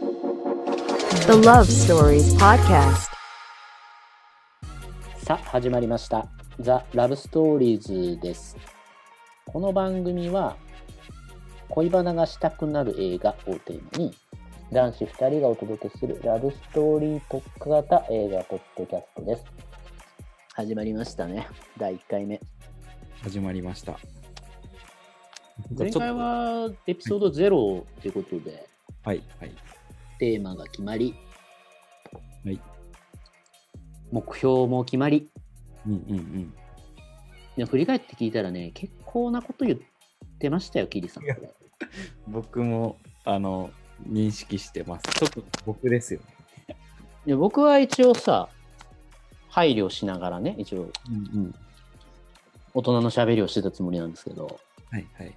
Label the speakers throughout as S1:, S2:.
S1: The Love Stories Podcast.
S2: さあ始まりました「ザ・ラブストーリーズ」ですこの番組は恋バナがしたくなる映画をテーマに男子2人がお届けするラブストーリー特化型映画ポッドキャストです始まりましたね第1回目
S3: 始まりました。
S2: 前回
S3: ちょっ
S2: はエピソード0ということで
S3: とはい、はい。
S2: テーマが決まり、
S3: はい
S2: 目標も決まり
S3: うんうんうん。
S2: でも振り返って聞いたらね結構なこと言ってましたよキリさん
S3: いや僕も、あの、認識してます。特に僕ですよ。
S2: で僕は一応さ配慮しながらね一応
S3: うんうん。
S2: 大人のしゃべりをしてたつもりなんですけど
S3: はいはい。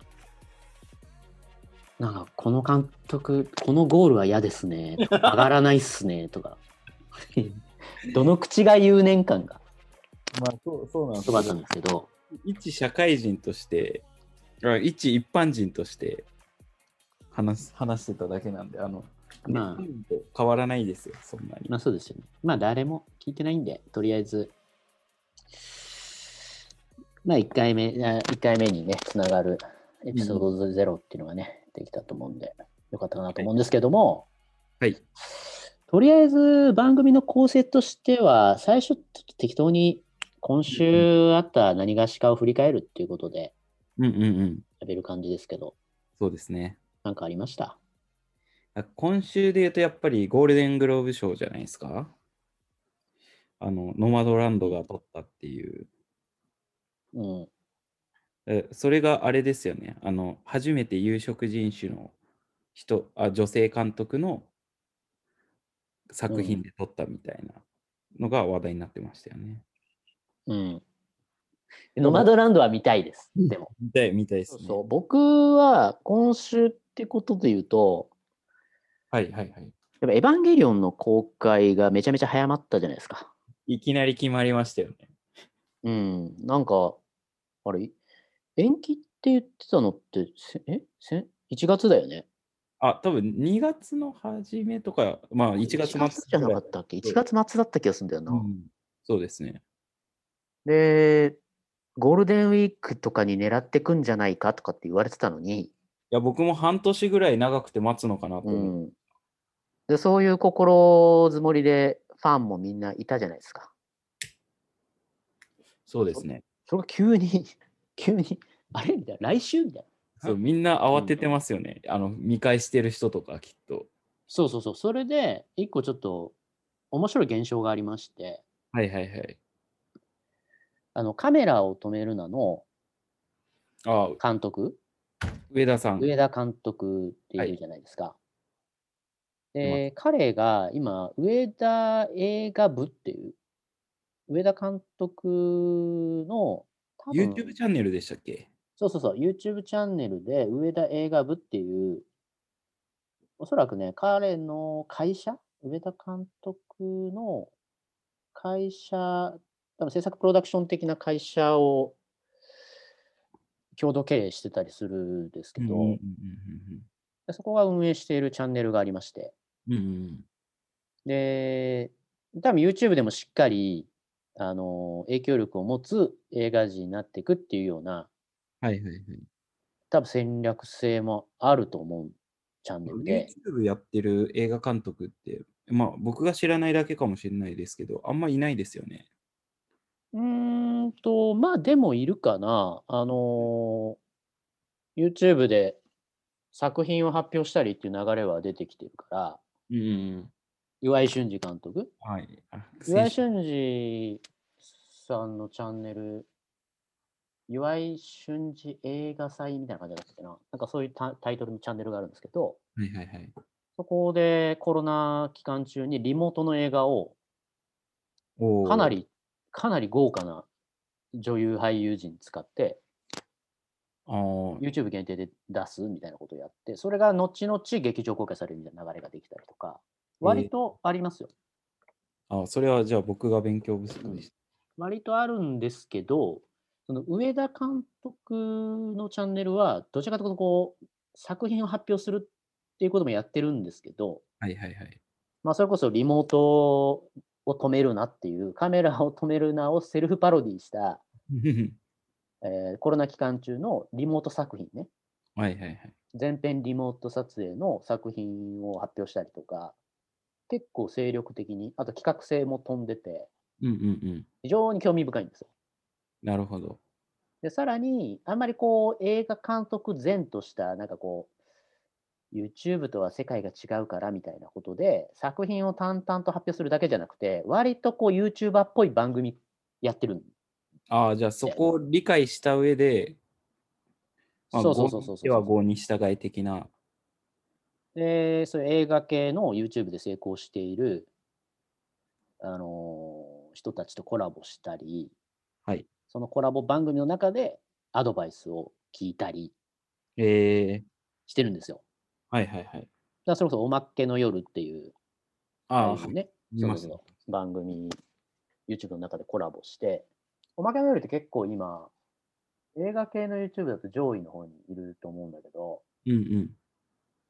S2: なんかこの監督このゴールは嫌ですねとか上がらないっすねとか どの口が言う年間が
S3: まあ、そうそうなんです
S2: そうだったんですけど
S3: 一社会人として、あ一一般人として話す、話してただけなんで、あの、
S2: まあ
S3: 日本と変わらないですよ、そんなに。
S2: まあそうですよねまあ誰も聞いてないんでとりあえずまあ1回目あ一回目にねつながるエピソード0っていうのがね、できたと思うんでよかったかなと思うんですけども、
S3: はい。
S2: とりあえず番組の構成としては最初ちょっと適当に今週あった何がしかを振り返るっていうことで
S3: うんうんうん。
S2: 喋る感じですけど
S3: そうですね。
S2: なんかありました
S3: あ今週で言うとやっぱりゴールデングローブ賞じゃないですかあの、ノマドランドが取ったっていう。
S2: うん
S3: えそれがあれですよね。あの、初めて有色人種の人、あ、女性監督の作品で撮ったみたいなのが話題になってましたよね。
S2: うんノマドランドは見たいですでも
S3: 見たい、見たいで
S2: そうそう僕は今週ってことで言うと
S3: はいはいはい。
S2: やっぱエヴァンゲリオンの公開がめちゃめちゃ早まったじゃないですか
S3: いきなり決まりましたよね。
S2: うんなんかあれ延期って言ってたのってせえせ1月だよね
S3: あ、多分2月の初めとか、まあ1月末
S2: じゃな
S3: ぐ
S2: から
S3: い
S2: ったっけ ?1 月末だった気がするんだよな。
S3: うんそうですね。
S2: で、ゴールデンウィークとかに狙ってくんじゃないかとかって言われてたのに、
S3: いや、僕も半年ぐらい長くて待つのかなと
S2: う
S3: 思って。
S2: ん、でそういう心づもりでファンもみんないたじゃないですか。
S3: そうですね。
S2: それが急に、 急に、あれみたいな、来週みたいな。
S3: そう、みんな慌ててますよね。あの、見返してる人とか、きっと。
S2: そうそうそう、それで、一個ちょっと面白い現象がありまして、
S3: はいはいはい。
S2: あのカメラを止めるなの
S3: あ、
S2: 監督、
S3: 上田さん。
S2: 上田監督っているじゃないですか。
S3: い
S2: で、彼が今、上田映画部っていう、上田監督の、多分
S3: YouTube チャンネルでしたっけ
S2: そうそうそう、YouTube チャンネルで、上田映画部っていう、おそらくね、彼の会社、上田監督の会社、多分制作プロダクション的な会社を共同経営してたりするんですけど、でそこが運営しているチャンネルがありまして、
S3: うんうん
S2: で、多分 YouTube でもしっかり、あの、影響力を持つ映画人になっていくっていうような、
S3: はいはいはい。
S2: 多分戦略性もあると思うチャンネルで、
S3: YouTube やってる映画監督って、まあ僕が知らないだけかもしれないですけど、あんまいないですよね。
S2: うーんと、まあでもいるかな。あのー、YouTube で作品を発表したりっていう流れは出てきてるから、
S3: うんうん。
S2: 岩井俊二監督
S3: はい。あ
S2: 岩井
S3: 先週
S2: 俊二さんのチャンネル、岩井俊二映画祭みたいな感じだったっけな。なんかそういうタタイトルのチャンネルがあるんですけど、
S3: はいはいはい。
S2: そこでコロナ期間中にリモートの映画を
S3: おー
S2: かな。り、かなり豪華な女優俳優陣使って、
S3: あー
S2: YouTube 限定で出すみたいなことをやって、それが後々劇場公開されるみたいな流れができたりとか、
S3: えー
S2: 割とありますよ。
S3: あ、それはじゃあ僕が勉強不足でした。
S2: 割とあるんですけど、その上田監督のチャンネルは、どちらかというとこう、作品を発表するっていうこともやってるんですけど、
S3: はいはいはい。
S2: まあ、それこそリモートを止めるなっていう、カメラを止めるなをセルフパロディした、えーコロナ期間中のリモート作品ね、
S3: はいはいはい。
S2: 全編リモート撮影の作品を発表したりとか、結構精力的に、あと企画性も飛んでて、
S3: うんうんうん。
S2: 非常に興味深いんですよ。
S3: なるほど。
S2: で、さらに、あんまりこう、映画監督前とした、なんかこう、YouTube とは世界が違うからみたいなことで、作品を淡々と発表するだけじゃなくて、割とこう、YouTuber っぽい番組やってるん
S3: ああ、じゃあそこを理解した上で、まあ
S2: そうそうそうそう
S3: 郷に入っては郷に従い的な。
S2: で、そういう映画系の YouTube で成功している、あのー人たちとコラボしたり、
S3: はい。
S2: そのコラボ番組の中でアドバイスを聞いたり
S3: えー、
S2: してるんですよ。
S3: はいはいはい。
S2: だからそれこそおまけの夜っていう、
S3: ああ、
S2: ああい
S3: は
S2: う
S3: い
S2: ね、
S3: 見まし
S2: そ
S3: た
S2: の番組、YouTube の中でコラボして、おまけの夜って結構今、映画系の YouTube だと上位の方にいると思うんだけど、
S3: うんうん。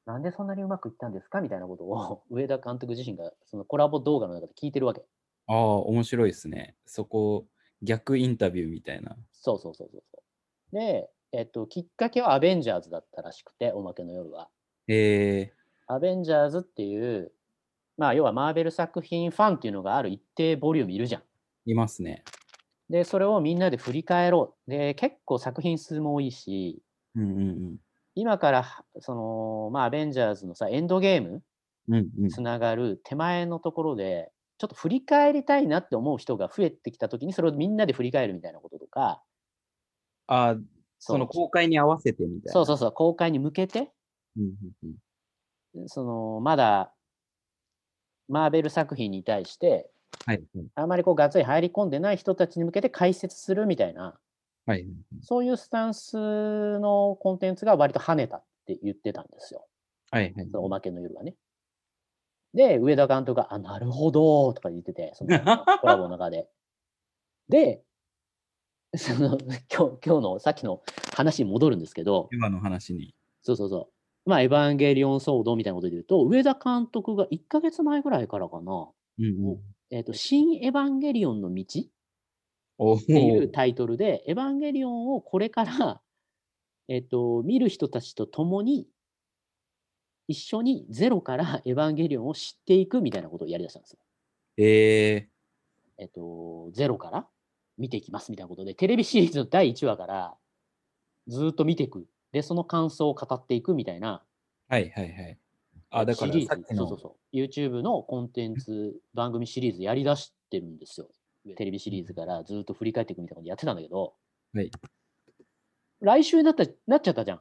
S2: なんでそんなにうまくいったんですかみたいなことを 上田監督自身がそのコラボ動画の中で聞いてるわけ。
S3: ああ、面白いですね。そこ、逆インタビューみたいな。
S2: そうそうそうそうそう。で、えっと、きっかけはアベンジャーズだったらしくて、おまけの夜は。
S3: え
S2: アベンジャーズっていう、まあ、要はマーベル作品ファンっていうのがある一定ボリュームいるじゃん。
S3: ー、いますね。
S2: で、それをみんなで振り返ろう。で、結構作品数も多いし、
S3: うんうん
S2: 今からは、その、まあ、アベンジャーズのさ、エンドゲーム
S3: うん。うんうん
S2: つながる手前のところで、ちょっと振り返りたいなって思う人が増えてきたときに、それをみんなで振り返るみたいなこととか、
S3: ああ、
S2: う
S3: その公開に合わせてみたいな。
S2: そうそうそう、公開に向けて、
S3: うんうんうん
S2: そのまだマーベル作品に対して
S3: はいはい
S2: あまりこうがっつり入り込んでない人たちに向けて解説するみたいな
S3: はいはい。
S2: そういうスタンスのコンテンツが割と跳ねたって言ってたんですよ
S3: はいはい
S2: そのおまけの夜はね。で上田監督が「あなるほど」とか言っててそのコラボの中で。でその今日今日のさっきの話に戻るんですけど、
S3: 今の話に。
S2: そうそうそう。まあ、エヴァンゲリオン騒動みたいなことで言うと、上田監督が1ヶ月前ぐらいからかな、
S3: うん
S2: おえっ、と、新エヴァンゲリオンの道っ
S3: お
S2: ていう
S3: ー
S2: タイトルで、エヴァンゲリオンをこれから、えっ、と、見る人たちと共に、一緒にゼロからエヴァンゲリオンを知っていくみたいなことをやりだしたんですよ。
S3: え
S2: えっ、と、ゼロから見ていきますみたいなことで、テレビシリーズの第1話からずーっと見ていく。で、その感想を語っていくみたいな
S3: ー、はいはいはい。あ、だから
S2: シリーズ
S3: さっきの。
S2: そうそうそう。YouTube のコンテンツ、番組シリーズやりだしてるんですよ。テレビシリーズからずっと振り返っていくみたいなことやってたんだけど。
S3: はい
S2: 来週になったなっちゃったじゃん。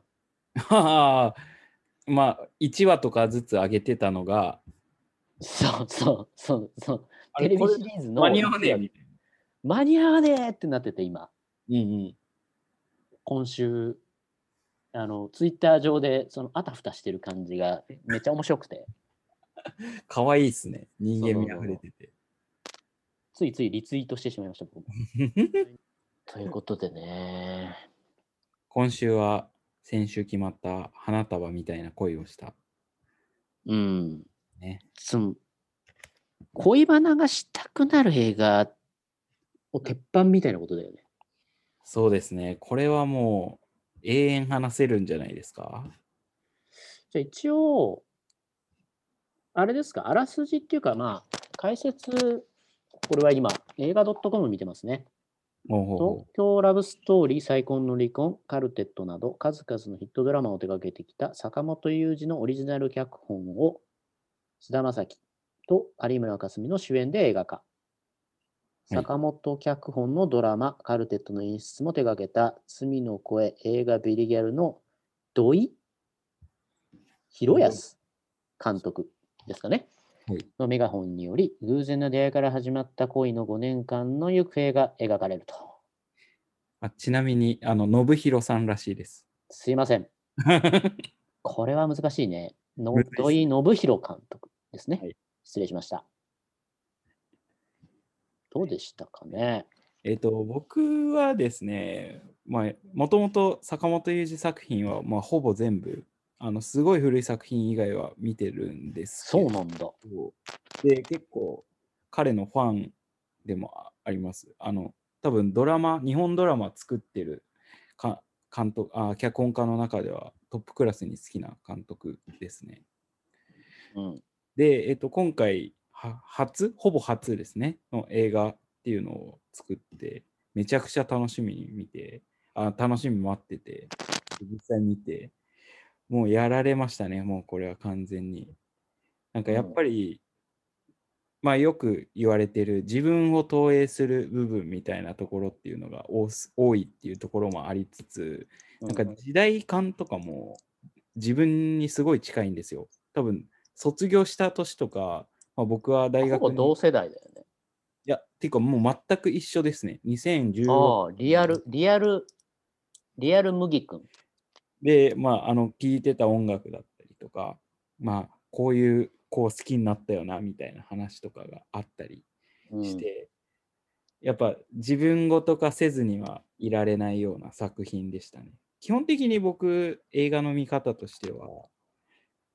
S3: はあ まあ、1話とかずつ上げてたのが、
S2: そうそうそうそう。
S3: あ
S2: テレ
S3: れ
S2: ビ
S3: これ
S2: シリーズの
S3: 間に合わねえみたいな。
S2: 間に合わねえってなってて、今。
S3: うんうん。
S2: 今週、あの、ツイッター上で、その、あたふたしてる感じが、めっちゃ面白くて、
S3: 可愛いっすね。人間味あふれてて。
S2: ついついリツイートしてしまいました、 僕も。ということでね。
S3: 今週は先週決まった花束みたいな恋をした。
S2: うん。
S3: ね
S2: その恋バナがしたくなる映画を鉄板みたいなことだよね。
S3: そうですね。これはもう永遠話せるんじゃないですか
S2: じゃあ一応、あれですか、あらすじっていうか、まあ、解説、これは今、映画 .com 見てますね。
S3: ほうほう
S2: 東
S3: ほ
S2: 京ラブストーリー、再婚の離婚、カルテットなど、数々のヒットドラマを手掛けてきた坂本雄二のオリジナル脚本を、菅田将暉と有村架純の主演で映画化。
S3: い
S2: 坂本脚本のドラマ、カルテットの演出も手掛けた、罪の声、映画ビリギャルの土井博康監督ですかね。
S3: はい
S2: のメガホンにより、偶然の出会いから始まった恋の5年間の行方が描かれると。
S3: うあ。ちなみに、あの、信弘さんらしいです。
S2: すいません。これは難しいね。の
S3: 難しい
S2: 土井信弘監督ですね。
S3: はい
S2: 失礼しました。どうでしたかね。
S3: えっと、僕はですね、まあ、もともと坂本雄二作品は、まあ、ほぼ全部、あのすごい古い作品以外は見てるんですけ
S2: そ
S3: ど
S2: うなんだ。
S3: で結構彼のファンでもあありますあの多分ドラマ日本ドラマ作ってるか監督あ脚本家の中ではトップクラスに好きな監督ですね
S2: うん。
S3: で、えっと、今回は初ほぼ初ですねの映画っていうのを作ってめちゃくちゃ楽しみに見てあ楽しみに待ってて実際見てもうやられましたねもうこれは完全になんかやっぱり、まあよく言われてる自分を投影する部分みたいなところっていうのが多す多いっていうところもありつつ、なんか
S2: う
S3: 時代感とかも自分にすごい近いんですよ。多分卒業した年とか、まあ、僕は大
S2: ほ
S3: 学
S2: ぼ
S3: に
S2: 同世代だよね。
S3: いや、ていうかもう全く一緒ですね。2016
S2: ああ、リアル、リアル、リアル麦君。
S3: で、まあ、あの、聴いてた音楽だったりとか、まあ、こういう子を好きになったよな、みたいな話とかがあったり
S2: うん、
S3: して、やっぱ自分ごと化せずにはいられないような作品でしたね。基本的に僕映画の見方としては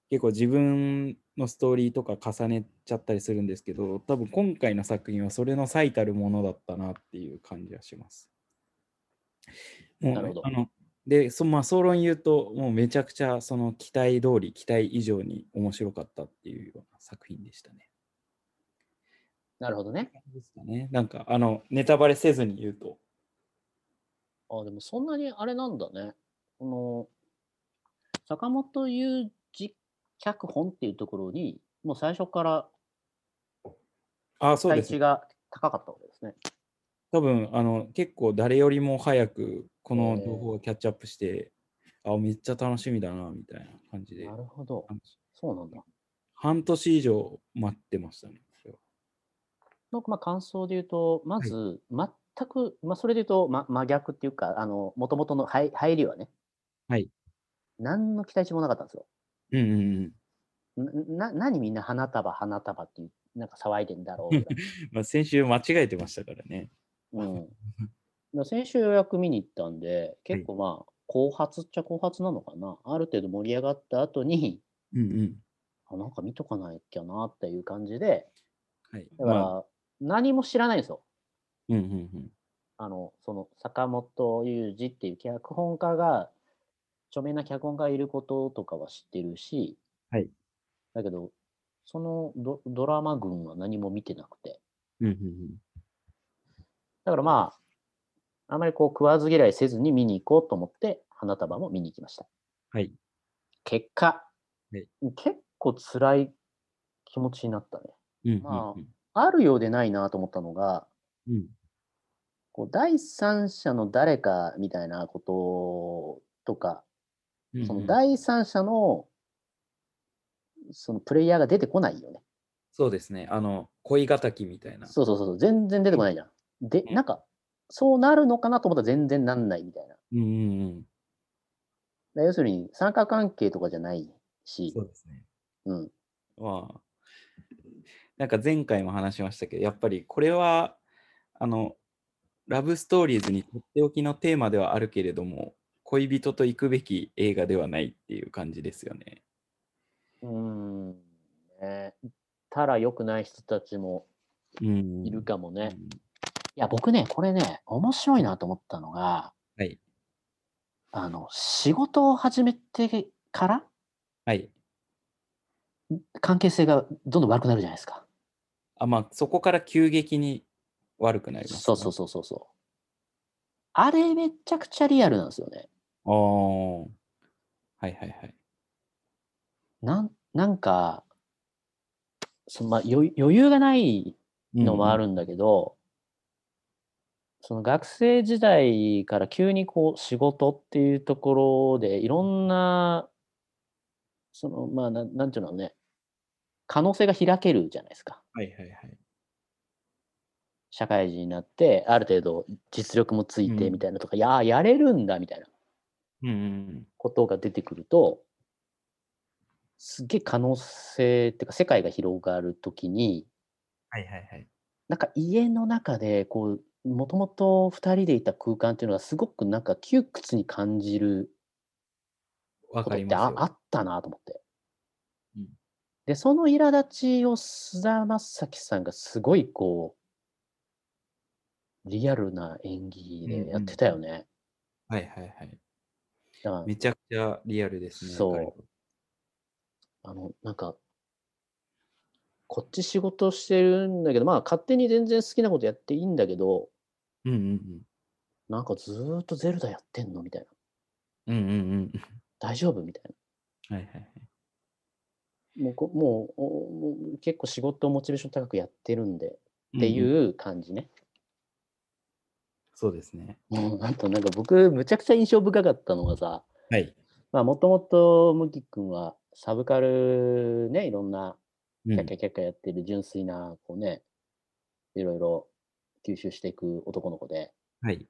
S3: 結構自分のストーリーとか重ねちゃったりするんですけど多分今回の作品はそれの最たるものだったなっていう感じはします。もう
S2: なるほど
S3: あのでそまあ総論言うともうめちゃくちゃその期待通り期待以上に面白かったっていうような作品でしたね。
S2: なるほどね。
S3: ですかね。なんか、あの、ネタバレせずに言うと。
S2: あでもそんなにあれなんだね。この坂本雄二脚本っていうところに、もう最初から
S3: あ、そう
S2: 配
S3: です
S2: 置。が高かったわけですね。
S3: 多分、あの、結構誰よりも早く、この
S2: えー
S3: 情報をキャッチアップして、あ、めっちゃ楽しみだな、みたいな感じで
S2: な。るほど
S3: あ。の
S2: そうなんだ。
S3: 半年以上待ってましたね。それは
S2: のまあ、感想で言うと、ま
S3: い
S2: ず、全く、まあ、それで言うと、ま、真逆っていうか、あの、もともとの入入りはね、
S3: はい。
S2: 何の期待値もなかったんですよ。
S3: うんうんうん。
S2: な、な何みんな花束、花束っていう、なんか騒いでんだろうぐらい。
S3: まあ、先週間違えてましたからね。
S2: うん。だから先週予約見に行ったんで、結構まあ、後発っちゃ後発なのかな。ある程度盛り上がった後に、
S3: うんうん。
S2: あなんか見とかないきゃなっていう感じで、
S3: はい。
S2: だから、
S3: まあ、
S2: 何も知らないんですよ。
S3: うんうんうん。
S2: あの、その、坂本雄二っていう脚本家が、著名な脚本家がいることとかは知ってるし、
S3: はい。
S2: だけど、そのドドラマ群は何も見てなくて。
S3: うんうん
S2: だからまあ、あまりこう食わず嫌いせずに見に行こうと思って、花束も見に行きました。
S3: はい。
S2: 結果、
S3: はい
S2: 結構辛い気持ちになったね。
S3: うん。うん
S2: ま
S3: うん
S2: あるようでないなと思ったのが、
S3: うん。
S2: こう第三者の誰かみたいなこととか、
S3: うんうん
S2: その第三者のそのプレイヤーが出てこないよね。
S3: そうですね。あの、恋敵みたいな。
S2: そうそうそう、全然出てこないじゃん。で、
S3: うん
S2: なんか、そうなるのかなと思ったら全然なんないみたいな。
S3: うんうんうん。
S2: だ要するに、三角関係とかじゃないし、
S3: そうですね。
S2: うん。
S3: まあ、なんか前回も話しましたけど、やっぱりこれは、あの、ラブストーリーズにとっておきのテーマではあるけれども、恋人と行くべき映画ではないっていう感じですよね。
S2: うーん。ね、たら良くない人たちも
S3: うん
S2: いるかもね。
S3: うん
S2: いや、僕ね、これね、面白いなと思ったのが、
S3: はい。
S2: あの、仕事を始めてから
S3: はい。
S2: 関係性がどんどん悪くなるじゃないですか。
S3: あ、まあ、そこから急激に悪くなります、
S2: そうそうそうそうそう。あれめちゃくちゃリアルなんですよね。
S3: う。ああ。はいはいはい。
S2: なんなんか、そのまあ、余余裕がないのもあ
S3: る。
S2: るんだけど、その学生時代から急にこう仕事っていうところでいろんなそのまあなんなんていうのね可能性が開けるじゃないですか
S3: はいはいはい。
S2: 社会人になってある程度実力もついて
S3: うん
S2: みたいなとか、いややれるんだみたいな
S3: うんうん
S2: ことが出てくるとすげえ可能性っていうか世界が広がるときに
S3: はいはいはい。
S2: なんか家の中でこうもともと2人でいた空間っていうのがすごくなんか窮屈に感じる
S3: わ
S2: こ
S3: か
S2: とっ
S3: り
S2: て
S3: ま
S2: あ
S3: す
S2: あ
S3: よ。
S2: ったなと思って。
S3: うん
S2: で、その苛立ちを菅田将暉さんがすごいこう、リアルな演技でやってたよね。
S3: はいはいはい。
S2: だから
S3: めちゃくちゃリアルですね。
S2: そう
S3: 彼は
S2: あの、なんか、こっち仕事してるんだけど、まあ勝手に全然好きなことやっていいんだけど、
S3: うんうん
S2: なんかずーっとゼルダやってんのみたいな。
S3: うん。うんうん
S2: 大丈夫みたい
S3: うん。はいはいはい。
S2: な。もうこ、もうお、もう結構仕事をモチベーション高くやってるんで、
S3: うん
S2: って
S3: うん。
S2: いう感じね。
S3: そうですね。
S2: もう、なんとなんか僕、むちゃくちゃ印象深かったのがさ、
S3: はい。
S2: まあ、もともと、むきくんは、サブカルね、いろんな、
S3: う
S2: キ
S3: ん
S2: ャッキャキャッキャやってる純粋な、こうね、いろいろ吸収していく男の子で、
S3: はい。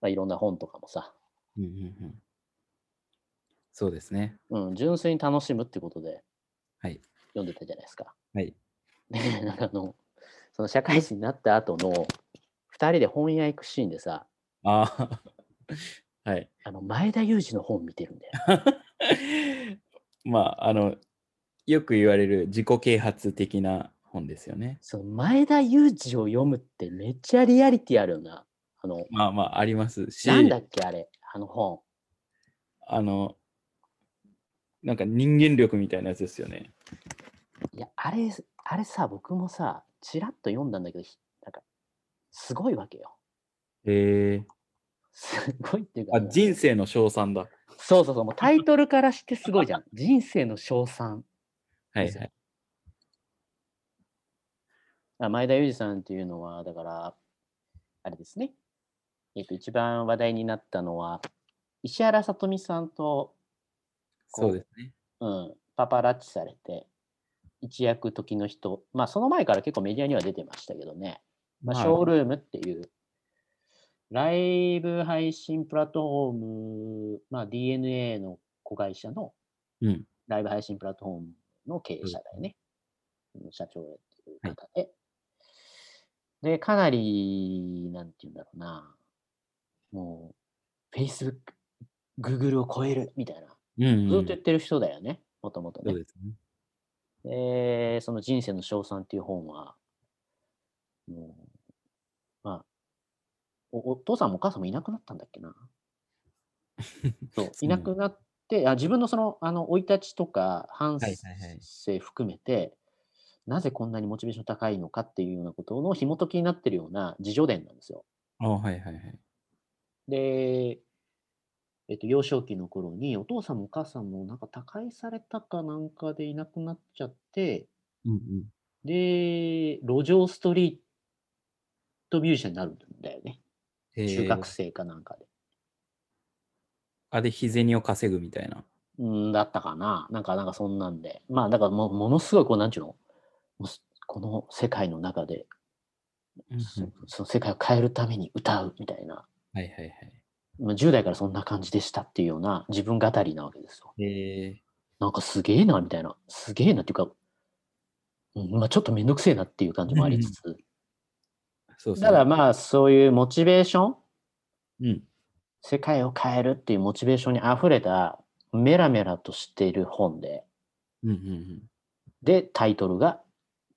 S2: まあ、いろんな本とかもさ、
S3: うんうんうん。そうですね。
S2: うん、純粋に楽しむってことで
S3: はい。
S2: 読んでたじゃないですか。
S3: はい。
S2: で、あの、その社会人になった後の、二人で本屋行くシーンでさ、
S3: ああ。 はい。
S2: あの、前田裕二の本見てるんだよ。
S3: まあ、あの、よく言われる自己啓発的な本ですよね。
S2: その前田裕二を読むってめっちゃリアリティあるよな。あの、
S3: まあまあ、ありますし、
S2: なんだっけあれ、あの本。
S3: あの、なんか人間力みたいなやつですよね。
S2: いや、あれ、あれさ、僕もさ、ちらっと読んだんだけど、ひなんか、すごいわけよ。
S3: へえ
S2: すごいっていうか。
S3: あ、
S2: もう
S3: 人生の称賛だ。
S2: そうそうそう、もうタイトルからしてすごいじゃん。人生の称賛。
S3: はい
S2: そう
S3: はい。
S2: あ前田裕二さんっていうのは、だから、あれですね。えっと、一番話題になったのは、石原さとみさんと、こ
S3: そうですね。
S2: うん、パパラッチされて、一躍時の人、まあその前から結構メディアには出てましたけどね、まあ、
S3: まあ
S2: ショールームっていう、ライブ配信プラットフォーム、まあ、DNA の子会社の
S3: うん。
S2: ライブ配信プラットフォームの経営者だよね。うん社長をやってる方で、で、かなり、なんて言うんだろうな、もう、Facebook、Google を超えるみたいな、
S3: うん、うん。
S2: ずっと言ってる人だよね、もともと
S3: そ
S2: ね
S3: う。ですね。
S2: で、その人生の称賛っていう本は、もう、まあ、おお父さんもお母さんもいなくなったんだっ けな。そう、いなくなって、あ自分のその、あの、生い立ちとか、反
S3: はいはいはい
S2: 省含めて、なぜこんなにモチベーション高いのかっていうようなことの紐解きになってるような自叙伝なんですよ。
S3: あはいはいはい。
S2: で、えっと、幼少期の頃にお父さんもお母さんもなんか他界されたかなんかでいなくなっちゃって、
S3: うん
S2: で、路上ストリートミュージシャンになるんだよね。
S3: うん。
S2: 中学
S3: 生。
S2: 生かなんかで。
S3: あ、で、日銭を稼ぐみたいな。
S2: うんだったかな。なんか、なんかそんなんで。まあ、だからもう、ものすごい、こう、なんちゅうの、もうすこの世界の中で、
S3: うんうん
S2: そその世界を変えるために歌うみたいな。
S3: はいはいはい。
S2: まあ10代からそんな感じでしたっていうような自分語りなわけですよ。
S3: へえ
S2: なんかすげえな、みたいな。すげえなっていうか、うんまあ、ちょっとめんどくせえなっていう感じもありつつ。
S3: そうそう。
S2: ただまあ、そういうモチベーション
S3: うん。
S2: 世界を変えるっていうモチベーションにあふれたメラメラとしている本で、
S3: うんうんうん。
S2: で、タイトルが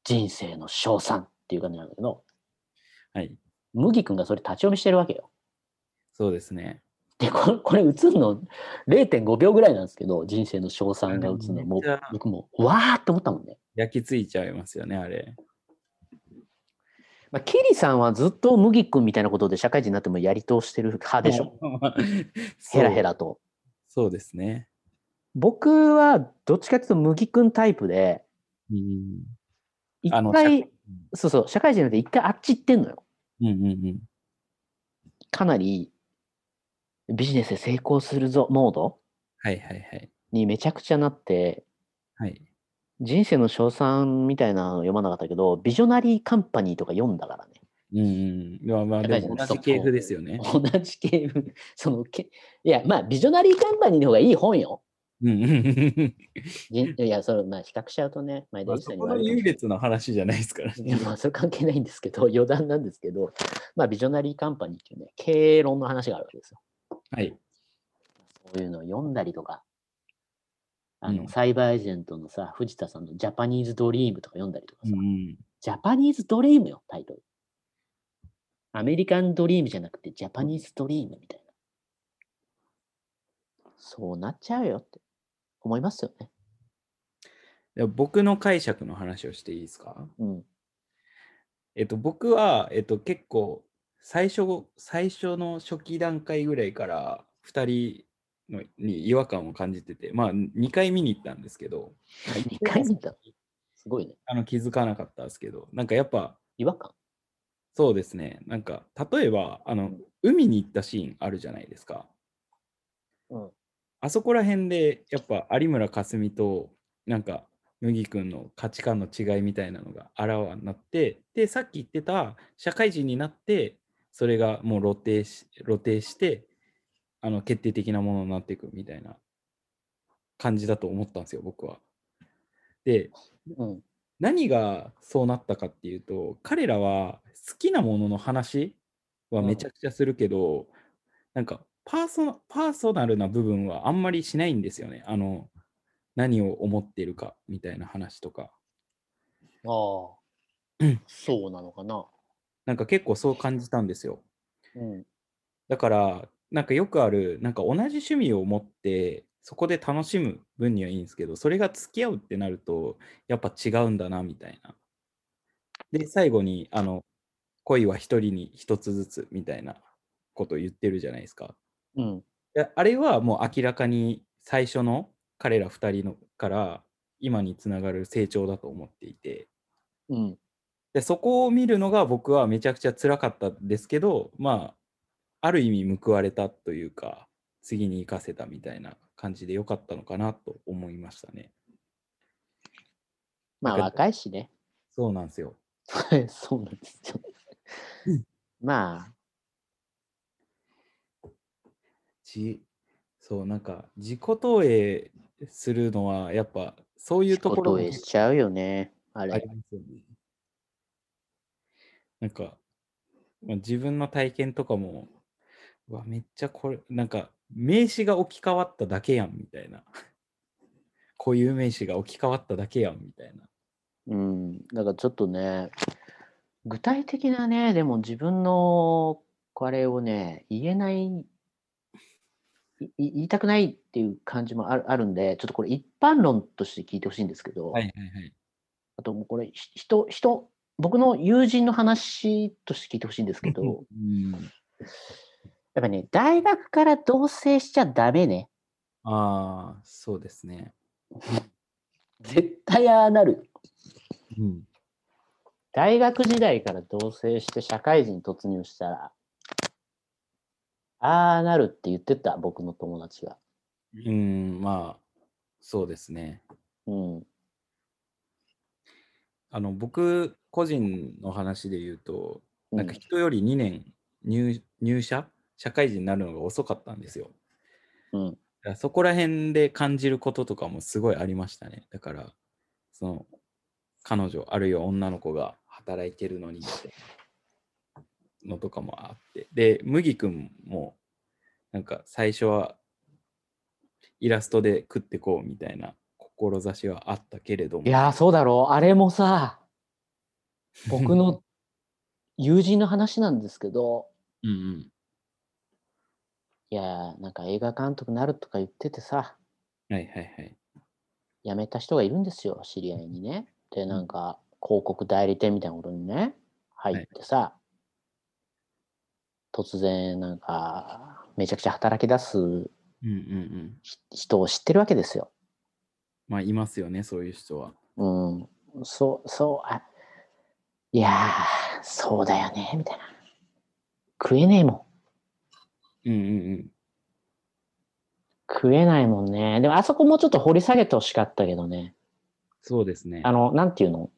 S2: 人生の称賛っていう感じなんだけど、
S3: はい。
S2: 麦君がそれ立ち読みしてるわけよ。
S3: そうですね。
S2: で、これ、これ映るの0.5秒ぐらいなんですけど、人生の称賛が映るの、もう
S3: めっちゃ
S2: 僕もう、わーって思ったもんね。
S3: 焼き付いちゃいますよね、あれ。
S2: まあ、キリさんはずっと麦君みたいなことで社会人になってもやり通してる派でし ょ。
S3: まあ。
S2: ヘ
S3: ヘ
S2: ラヘ。ラと。
S3: そうですね。
S2: 僕はどっちかっていうと麦君タイプで、
S3: うん。
S2: 一
S3: あの
S2: 回、そうそう、社会人になって一回あっち行ってんのよ。
S3: うんうんうん。
S2: かなりビジネスで成功するぞモード
S3: はいはいはい。
S2: にめちゃくちゃなって
S3: はい。
S2: 人生の称賛みたいなの読まなかったけどビジョナリーカンパニーとか読んだからね
S3: うんうん。まあまあ、
S2: やば
S3: で
S2: いじゃん
S3: も同
S2: そ
S3: じ
S2: う
S3: 系譜ですよね。
S2: 同じ系譜そのけいやまあビジョナリーカンパニーの方がいい本よ
S3: うんうんうん
S2: じんいやそれまあ比較しちゃうとね前田
S3: ま
S2: 裕二
S3: あ。そ
S2: さんに
S3: こ
S2: 言わ
S3: の
S2: れ
S3: 優
S2: る
S3: 劣の話じゃないですか
S2: い
S3: ら
S2: や
S3: ね。
S2: まあそれ関係ないんですけど余談なんですけどまあビジョナリーカンパニーっていうね経営論の話があるわけですよ
S3: はい。
S2: そういうのを読んだりとかあの、
S3: うん
S2: サイバーエージェントのさ、藤田さんのジャパニーズドリームとか読んだりとか
S3: う
S2: さ、
S3: ん。
S2: ジャパニーズドリームよ、タイトル。アメリカンドリームじゃなくて、ジャパニーズドリームみたいな。そうなっちゃうよって思いますよね。
S3: で僕の解釈の話をしていいですか
S2: うん。
S3: えっと、僕は、えっと、結構、最初、最初の初期段階ぐらいから、2人のに違和感を感じてて、まあ、2回見に行ったんですけど、
S2: 2回見た。すごいね。
S3: あの気づかなかったんですけど、なんかやっぱ、
S2: 違和感。
S3: そうですね、なんか、例えば、あの、海に行ったシーンあるじゃないですか。
S2: うん。
S3: あそこら辺で、やっぱ、有村架純と、なんか、麦君の価値観の違いみたいなのがあらわになって、で、さっき言ってた、社会人になって、それがもう露呈し露呈して、あの決定的なものになっていくみたいな感じだと思ったんですよ、僕は。で、
S2: うん。
S3: 何がそうなったかっていうと彼らは好きなものの話はめちゃくちゃするけど、なんかパーソナパーソナルな部分はあんまりしないんですよねあの何を思ってるかみたいな話とか
S2: あ
S3: う
S2: あ
S3: ん。
S2: そうなのかな。
S3: なんか結構そう感じたんですよ
S2: うん。
S3: だからなんかよくあるなんか同じ趣味を持ってそこで楽しむ分にはいいんですけどそれが付き合うってなるとやっぱ違うんだなみたいなで最後にあの恋は一人に一つずつみたいなことを言ってるじゃないですか
S2: うん。
S3: であれはもう明らかに最初の彼ら二人のから今につながる成長だと思っていて
S2: うん。
S3: でそこを見るのが僕はめちゃくちゃ辛かったんですけどまあある意味報われたというか次に生かせたみたいな感じで良かったのかなと思いましたね。
S2: まあ、
S3: なんか
S2: 若いしね。
S3: そうなんですよ。
S2: そうなんですよ
S3: う。
S2: まあ、
S3: じそうなんか自己投影するのはやっぱそういう
S2: 自己
S3: とこ
S2: 投
S3: ろも
S2: 影しちゃうよね。あ
S3: あ
S2: れ
S3: り。ますよね。なんか、まあ自分の体験とかも、うわ、めっちゃこれ、なんか、名詞が置き換わっただけやんみたいな。 こういう名詞が置き換わっただけやんみたいな。
S2: うん。だからちょっとね、具体的なね、でも自分のこれをね、言えない、いい言いたくないっていう感じもあるあるんで、ちょっとこれ一般論として聞いてほしいんですけど、
S3: はいはいはい。
S2: あともうこれ、ひ人、人、僕の友人の話として聞いてほしいんですけど、
S3: うん、
S2: やっぱね、大学から同棲しちゃダメね。
S3: ああ、そうですね。
S2: 絶対ああなる。
S3: うん、
S2: 大学時代から同棲して社会人突入したら、ああなるって言ってた、僕の友達が。
S3: うん、まあ、そうですね。
S2: うん。
S3: あの僕個人の話で言うと、なんか
S2: うん
S3: 人より2年入入社、社会人になるのが遅かったんですよ。
S2: うん。
S3: だからそこら辺で感じることとかもすごいありましたね。だから、その彼女、あるいは女の子が働いてるのにってのとかもあって。で、麦君も、なんか最初はイラストで食ってこうみたいな志はあったけれども。
S2: いやー、そうだろう。あれもさ、僕の友人の話なんですけど、
S3: うんうん。
S2: いやー、なんか映画監督なるとか言っててさ、
S3: はいはいはい。
S2: 辞めた人がいるんですよ、知り合いにね。で、なんか、広告代理店みたいなことにね、入ってさ、突然、なんか、めちゃくちゃ働き出す
S3: うんうんうん。
S2: ひ人を知ってるわけですよ。
S3: まあ、いますよね、そういう人は。
S2: うん。そう、そう、あ、いやー、そうだよね、みたいな。食えねえもん。
S3: うんうん
S2: 食えないもんね。でも、あそこもちょっと掘り下げてほしかったけどね。
S3: そうですね。
S2: あの、なんていうの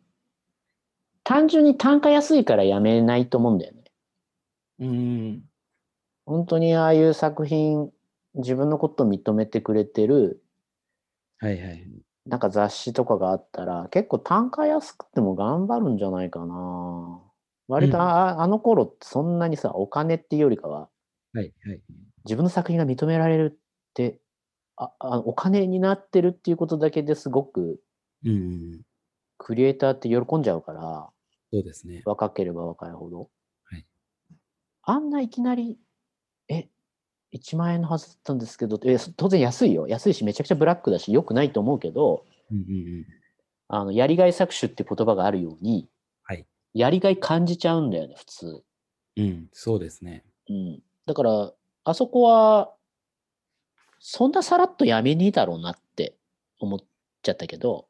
S2: 単純に単価安いからやめないと思うんだよね。
S3: うんうん
S2: 本当にああいう作品、自分のことを認めてくれてる、
S3: うん。はいはい。
S2: なんか雑誌とかがあったら、結構単価安くても頑張るんじゃないかな。割とあ,、あの頃ってそんなにさ、お金っていうよりかは、
S3: はいはい。
S2: 自分の作品が認められるってああのお金になってるっていうことだけですごく
S3: うん。
S2: クリエイターって喜んじゃうから、
S3: そうですね。
S2: 若ければ若いほど。
S3: はい
S2: あんないきなり、え、1万円のはずだったんですけど、えそ当然安いよ。安いし、めちゃくちゃブラックだし、良くないと思うけど、
S3: うんうんうん。
S2: あのやりがい搾取って言葉があるように、
S3: はい
S2: やりがい感じちゃうんだよね、普通。
S3: うん、そうですね。
S2: うん、だから、あそこは、そんなさらっとやめにいいだろうなって思っちゃったけど、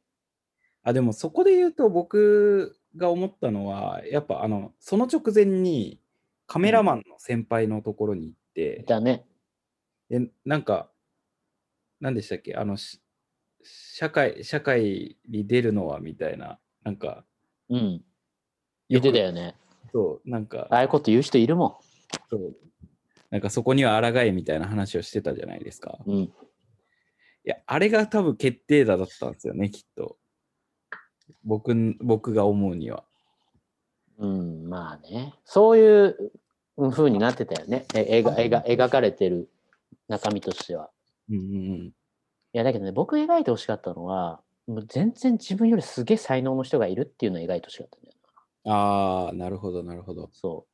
S3: あ、でもそこで言うと僕が思ったのは、やっぱあの、その直前にカメラマンの先輩のところに行って、
S2: だね。
S3: え、なんか、何でしたっけ、あの、し社会、社会に出るのはみたいな、なんか、
S2: うん。言ってたよね。
S3: そう、なんか、
S2: ああいうこと言う人いるも
S3: そうなんかそこには抗えみたいな話をしてたじゃないですか。
S2: ん。うん。
S3: いや、あれが多分決定打だったんですよね、きっと。僕ん、僕が思うには。
S2: うん、まあね。そういううん風になってたよね。え映画、映画、描かれてる中身としては。
S3: うんうんうん。
S2: いや、だけどね、僕描いてほしかったのは、もう全然自分よりすげえ才能の人がいるっていうのを描いてほしかったんだよ。
S3: ああ、なるほど、なるほど。
S2: そ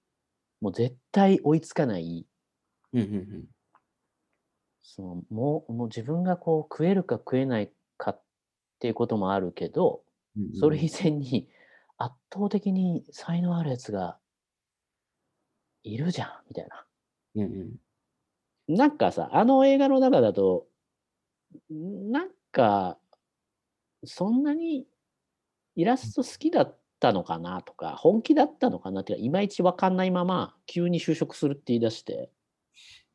S2: う。もう絶対追いつかない、
S3: うんうんうん。
S2: そのもうもう自分がこう食えるか食えないかっていうこともあるけど、
S3: うんうん
S2: それ以前に圧倒的に才能あるやつがいるじゃん、みたいな。
S3: うんうん。
S2: なんかさ、あの映画の中だと、なんか、そんなにイラスト好きだったのかなとか、本気だったのかなっていうか、いまいちわかんないまま、急に就職するって言い出して、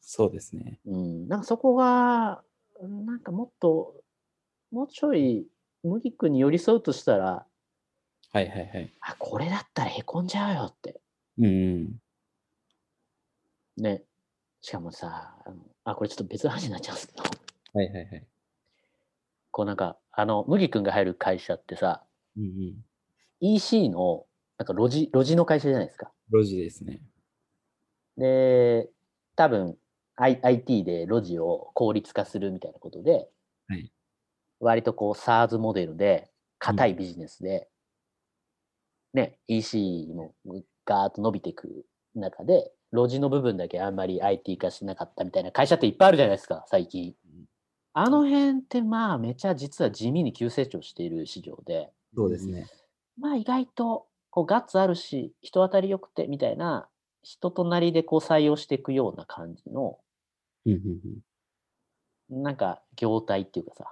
S3: そうですね。
S2: うん、なんかそこが、なんかもっと、もうちょい、麦君に寄り添うとしたら、
S3: はいはいはい。
S2: あ、これだったらへこんじゃうよって。
S3: うんうん。
S2: ね。しかもさ、あのあ、これちょっと別の話になっちゃうんですけど、
S3: はいはいはい。
S2: こうなんか、あの、麦君が入る会社ってさ、
S3: うんうん。
S2: EC の、なんか路地、路地の会社じゃないですか。
S3: 路地ですね。
S2: で、多分、I、IT で路地を効率化するみたいなことで、
S3: はい
S2: 割とこう SARS モデルで、硬いビジネスで、ね、EC もガーッと伸びていく中で、路地の部分だけあんまり IT 化しなかったみたいな会社っていっぱいあるじゃないですか、最近
S3: うん。
S2: あの辺ってまあめちゃ実は地味に急成長している市場で、
S3: そうですね。
S2: まあ意外とこうガッツあるし人当たり良くてみたいな人となりでこう採用していくような感じの
S3: うんうん
S2: なんか業態っていうかさ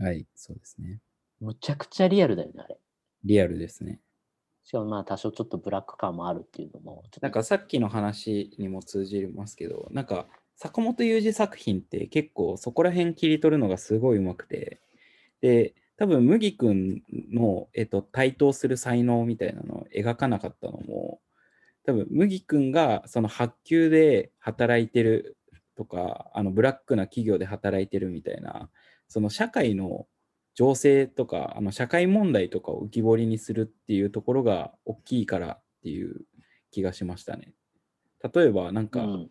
S3: うん。はい、そうですね。
S2: むちゃくちゃリアルだよねあれ
S3: リアルですね。
S2: しかもまあ多少ちょっとブラック感もあるっていうのもちょっと
S3: なんかさっきの話にも通じますけど、なんか坂本雄二作品って結構そこら辺切り取るのがすごい上手くて、で、多分麦君の、えっと、対等する才能みたいなのを描かなかったのも、多分麦君がその発給で働いてるとか、あのブラックな企業で働いてるみたいな、その社会の情勢とか、あの社会問題とかを浮き彫りにするっていうところが大きいからっていう気がしましたね。例えば、なんか、
S2: うん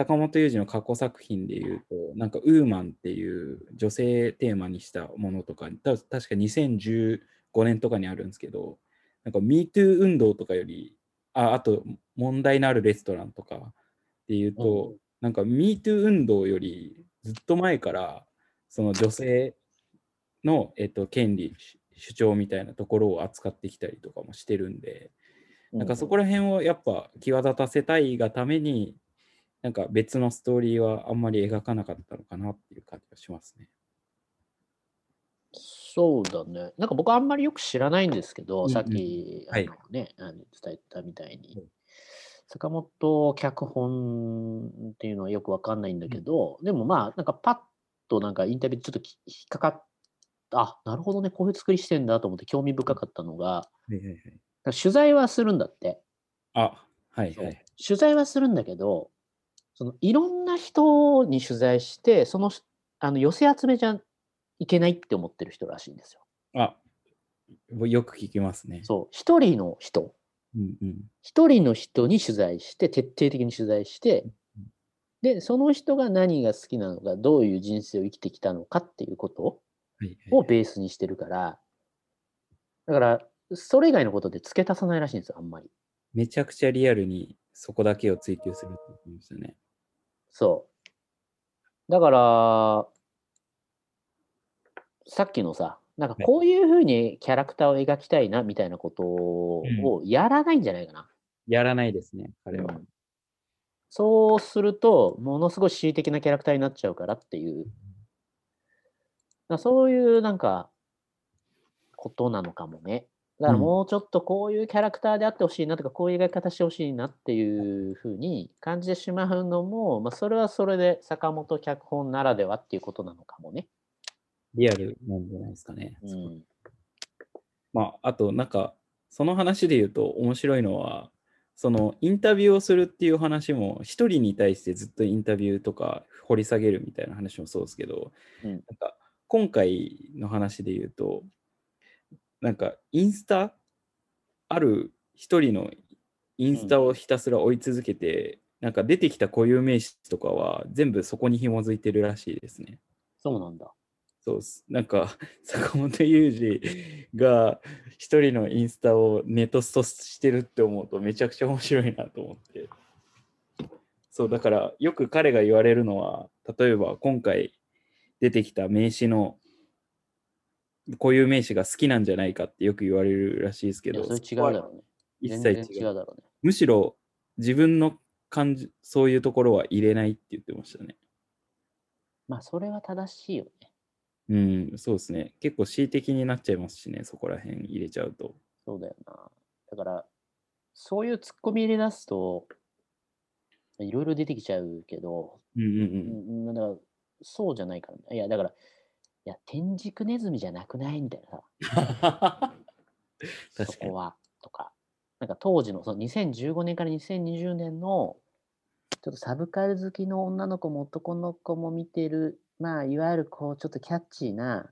S3: 坂本雄二の過去作品でいうと、なんか、ウーマンっていう女性テーマにしたものとか、た確か2015年とかにあるんですけど、なんか、MeToo 運動とかより、ああと、問題のあるレストランとかっていうと、なんか、MeToo 運動よりずっと前から、その女性の、えっと、権利、主主張みたいなところを扱ってきたりとかもしてるんで、なんかそこら辺をやっぱ際立たせたいがために、なんか別のストーリーはあんまり描かなかったのかなっていう感じがしますね。
S2: そうだねなんか僕あんまりよく知らないんですけど、
S3: うんうん
S2: さっきあ
S3: はい
S2: の、ねあの伝えたみたいに、
S3: うん
S2: 坂本脚本っていうのはよくわかんないんだけど、でもまあなんかパッとなんかインタビューでちょっとき引っかかったあなるほどねこういう作りしてんだと思って興味深かったのが
S3: はいはいはい。
S2: なんか取材はするんだって
S3: あ、はいはい。
S2: 取材はするんだけどそのいろんな人に取材してそのあの寄せ集めじゃいけないって思ってる人らしいんですよ。
S3: あ、よく聞きますね。
S2: そう一人の人
S3: うんうん。
S2: 一人の人に取材して徹底的に取材してで、その人が何が好きなのか、どういう人生を生きてきたのかっていうこと
S3: はい
S2: をベースにしてるから、だから、それ以外のことで付け足さないらしいんですよ、あんまり。
S3: めちゃくちゃリアルにそこだけを追求するって言ってましたね。
S2: そう。だから、さっきのさ、なんか
S3: はい
S2: こういうふうにキャラクターを描きたいなみたいなことをやらないんじゃないかな。
S3: やらないですね、彼は。
S2: そうすると、ものすごい恣意的なキャラクターになっちゃうからっていう、だからそういうなんか、ことなのかもね。だから
S3: うん
S2: もうちょっとこういうキャラクターであってほしいなとか、こういう描き方してほしいなっていうふうに感じてしまうのも、まあ、それはそれで坂本脚本ならではっていうことなのかもね。
S3: リアルなんじゃないですかね。
S2: う
S3: そこ
S2: ん、
S3: まあ、あと、なんか、その話で言うと面白いのは、そのインタビューをするっていう話も、一人に対してずっとインタビューとか掘り下げるみたいな話もそうですけど、
S2: うん
S3: なんか今回の話で言うと、なんかインスタ、ある一人のインスタをひたすら追い続けて、なんか出てきた固有名詞とかは全部そこに紐づいてるらしいですね。
S2: そうなんだ。
S3: そうっす。なんか、 坂本雄二が一人のインスタをネトストしてるって思うとめちゃくちゃ面白いなと思って。そう、だからよく彼が言われるのは、例えば今回出てきた名詞の、こういう名詞が好きなんじゃないかってよく言われるらしいですけ
S2: いや
S3: ど、
S2: それ違う
S3: こは
S2: だろうね。
S3: 一
S2: 全
S3: 切
S2: 然
S3: 違
S2: 違
S3: う。
S2: うだろうね。
S3: むしろ自分の感じ、そういうところは入れないって言ってましたね。
S2: まあ、それは正しいよね。
S3: うん、そうですね。結構恣意的になっちゃいますしね、そこら辺入れちゃうと。
S2: そうだよな。だから、そういうツッコミ入れ出すと、いろいろ出てきちゃうけど、
S3: うんうんう。
S2: うんん うんだから、そうじゃないからね。いや、だから、いや、天竺ネズミじゃなくないみたいなさ、そ
S3: 確かに
S2: こは、とか。なんか当時の、その2015年から2020年の、ちょっとサブカル好きの女の子も男の子も見てる、まあ、いわゆるこう、ちょっとキャッチーな、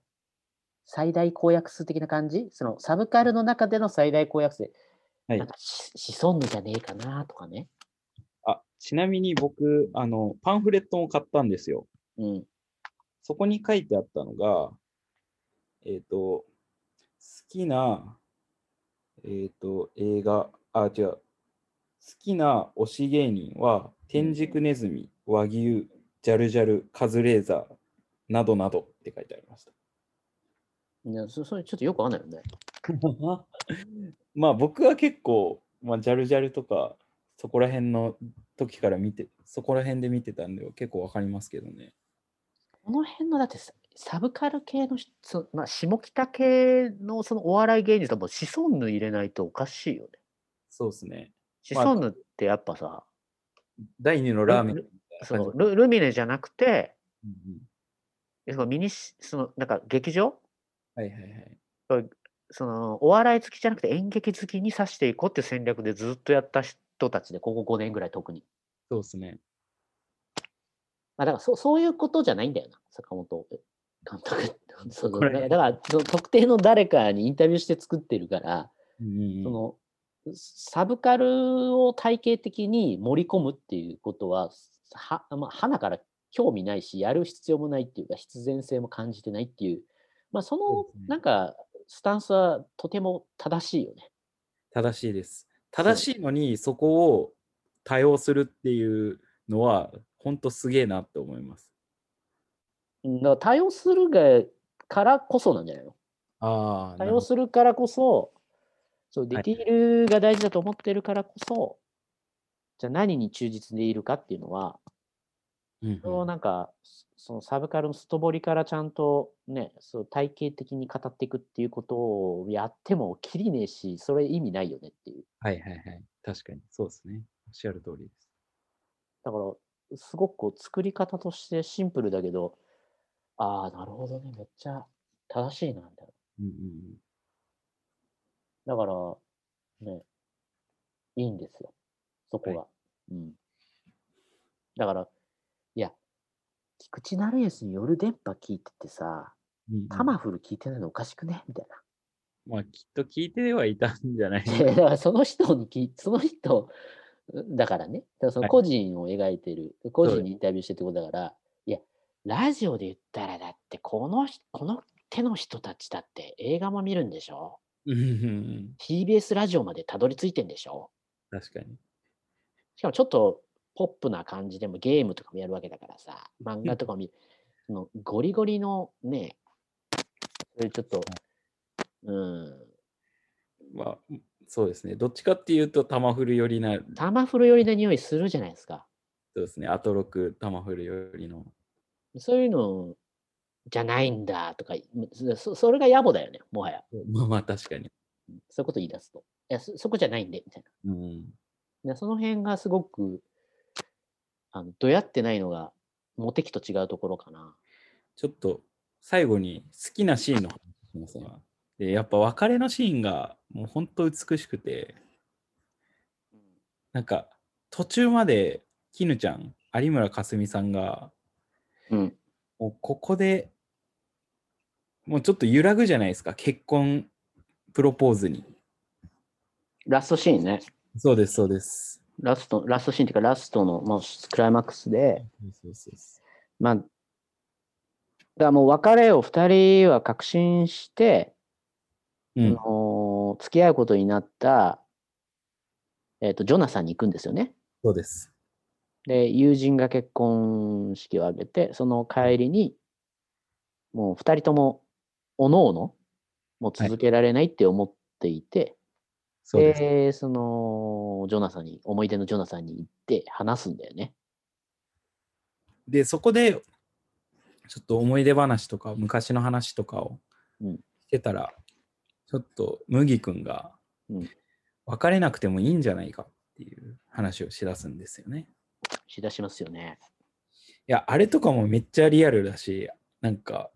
S2: 最大公約数的な感じそのサブカルの中での最大公約数で
S3: はい
S2: なんかしシソンヌじゃねえかなとかね。
S3: あちなみに僕あの、パンフレットを買ったんですよ。
S2: うん。
S3: そこに書いてあったのが、えっ、と、好きな、えっ、と、映画、あ、違う、好きな推し芸人は、天竺ネズミ、和牛、ジャルジャル、カズレーザー、などなどって書いてありました。
S2: いやそそれちょっとよくわかんないよね。
S3: まあ僕は結構、まあ、ジャルジャルとかそこら辺の時から見てそこら辺で見てたんで結構わかりますけどね
S2: この辺のだってササブカル系のしそ、まあ、下北系のそのお笑い芸人さんもシソンヌ入れないとおかしいよね。
S3: そうですね
S2: シ
S3: まあ
S2: ソンヌってやっぱさ、
S3: 第二のラーメンみたいな
S2: そ
S3: 感じ
S2: のルルミネじゃなくて、
S3: うんうん
S2: そのミニシそのなんか劇場
S3: はいはいはい
S2: そのお笑い好きじゃなくて演劇好きに指していこうっていう戦略でずっとやった人たちで、ここ5年ぐらい特に。
S3: そうですね
S2: まあ、だからそそういうことじゃないんだよな、坂本監督って。そうそう
S3: こ
S2: だ
S3: れ
S2: からだからその特定の誰かにインタビューして作ってるから、
S3: うんうん
S2: そ
S3: うん
S2: のサブカルを体系的に盛り込むっていうことは、はまあ、花から興味ないし、やる必要もないっていうか、必然性も感じてないっていう、まあ、そ
S3: そう
S2: の
S3: ですね
S2: なんかスタンスはとても正しいよね。
S3: 正しいです正しいのにそこを多用するっていうのは本当すげえなって思います
S2: うんだから対応するがからこそなんじゃないの
S3: ああ
S2: 対応するからこそ、そう、デ
S3: は
S2: ィ
S3: い
S2: ティールが大事だと思ってるからこそ、じゃあ何に忠実でいるかっていうのは、
S3: うん
S2: それを
S3: うん
S2: なんか、そのサブカルのストボリからちゃんとね、そう体系的に語っていくっていうことをやってもきりねえし、それ意味ないよねっていう。
S3: はいはいはい確かにそうですねおっしゃる通りです
S2: だから、すごくこう作り方としてシンプルだけど、ああ、なるほどね、めっちゃ正しいな、みたいな。
S3: うんうんうん
S2: だから、ね、いいんですよ。そこ
S3: はい
S2: が。うん。だから、いや、菊池成康による電波聞いててさ、
S3: うんうん
S2: タマフル聞いてないのおかしくねみたい
S3: まあ、きっと聞いてはいたんじゃない
S2: な。だからその人に聞い、その人だからね、だからそ
S3: は
S2: の
S3: い
S2: 個人を描いてる、個
S3: そう
S2: 人
S3: です
S2: にインタビューしてってことだから、いや、ラジオで言ったらだって、この人、この手の人たちだって映画も見るんでしょ
S3: うんうん。
S2: ?TBS ラジオまでたどり着いてんでしょ
S3: 確かに。
S2: しかもちょっとポップな感じでもゲームとかもやるわけだからさ、漫画とかも見、そのゴリゴリのね、そういうちょっと、うん、
S3: まあ、そうですね。どっちかっていうと、玉振る寄りな、
S2: 玉振る寄りの匂いするじゃないですか。
S3: そうですね。アトロク、玉振る寄りの。
S2: そういうのじゃないんだとか、そそれが野暮だよね、もはや。
S3: まあまあ、確かに。
S2: そういうこと言い出すと。いや、そそこじゃないんで、みたい
S3: うん。
S2: な。でその辺がすごく、あの、どやってないのが、モテ期と違うところかな。
S3: ちょっと、最後に好きなシーンの話しますわで、やっぱ別れのシーンが、もう本当美しくて、なんか、途中まで、絹ちゃん、有村架純さんが、
S2: うん。
S3: もうここでもうちょっと揺らぐじゃないですか結婚プロポーズに
S2: ラストシーンね。
S3: そうですそうです
S2: ラスト、ラストシーンっていうか、ラストの、もう、クライマックスで、
S3: そうです
S2: まあ、だからもう別れを二人は確信して、
S3: う
S2: あ
S3: ん
S2: のー付き合うことになった、えっ、と、ジョナサンに行くんですよね。
S3: そうです
S2: で、友人が結婚式を挙げて、その帰りに、もう二人とも、おのおの、もう
S3: はい
S2: 続けられないって思っていて、
S3: そうです、
S2: で、その、ジョナサンに、思い出のジョナサンに行って話すんだよね。
S3: でそこでちょっと思い出話とか昔の話とかを
S2: うん
S3: してたら、ちょっと麦君が、
S2: うん
S3: 別れなくてもいいんじゃないかっていう話をしだすんですよね
S2: しだしますよね。
S3: いや、あれとかもめっちゃリアルだし、なんか、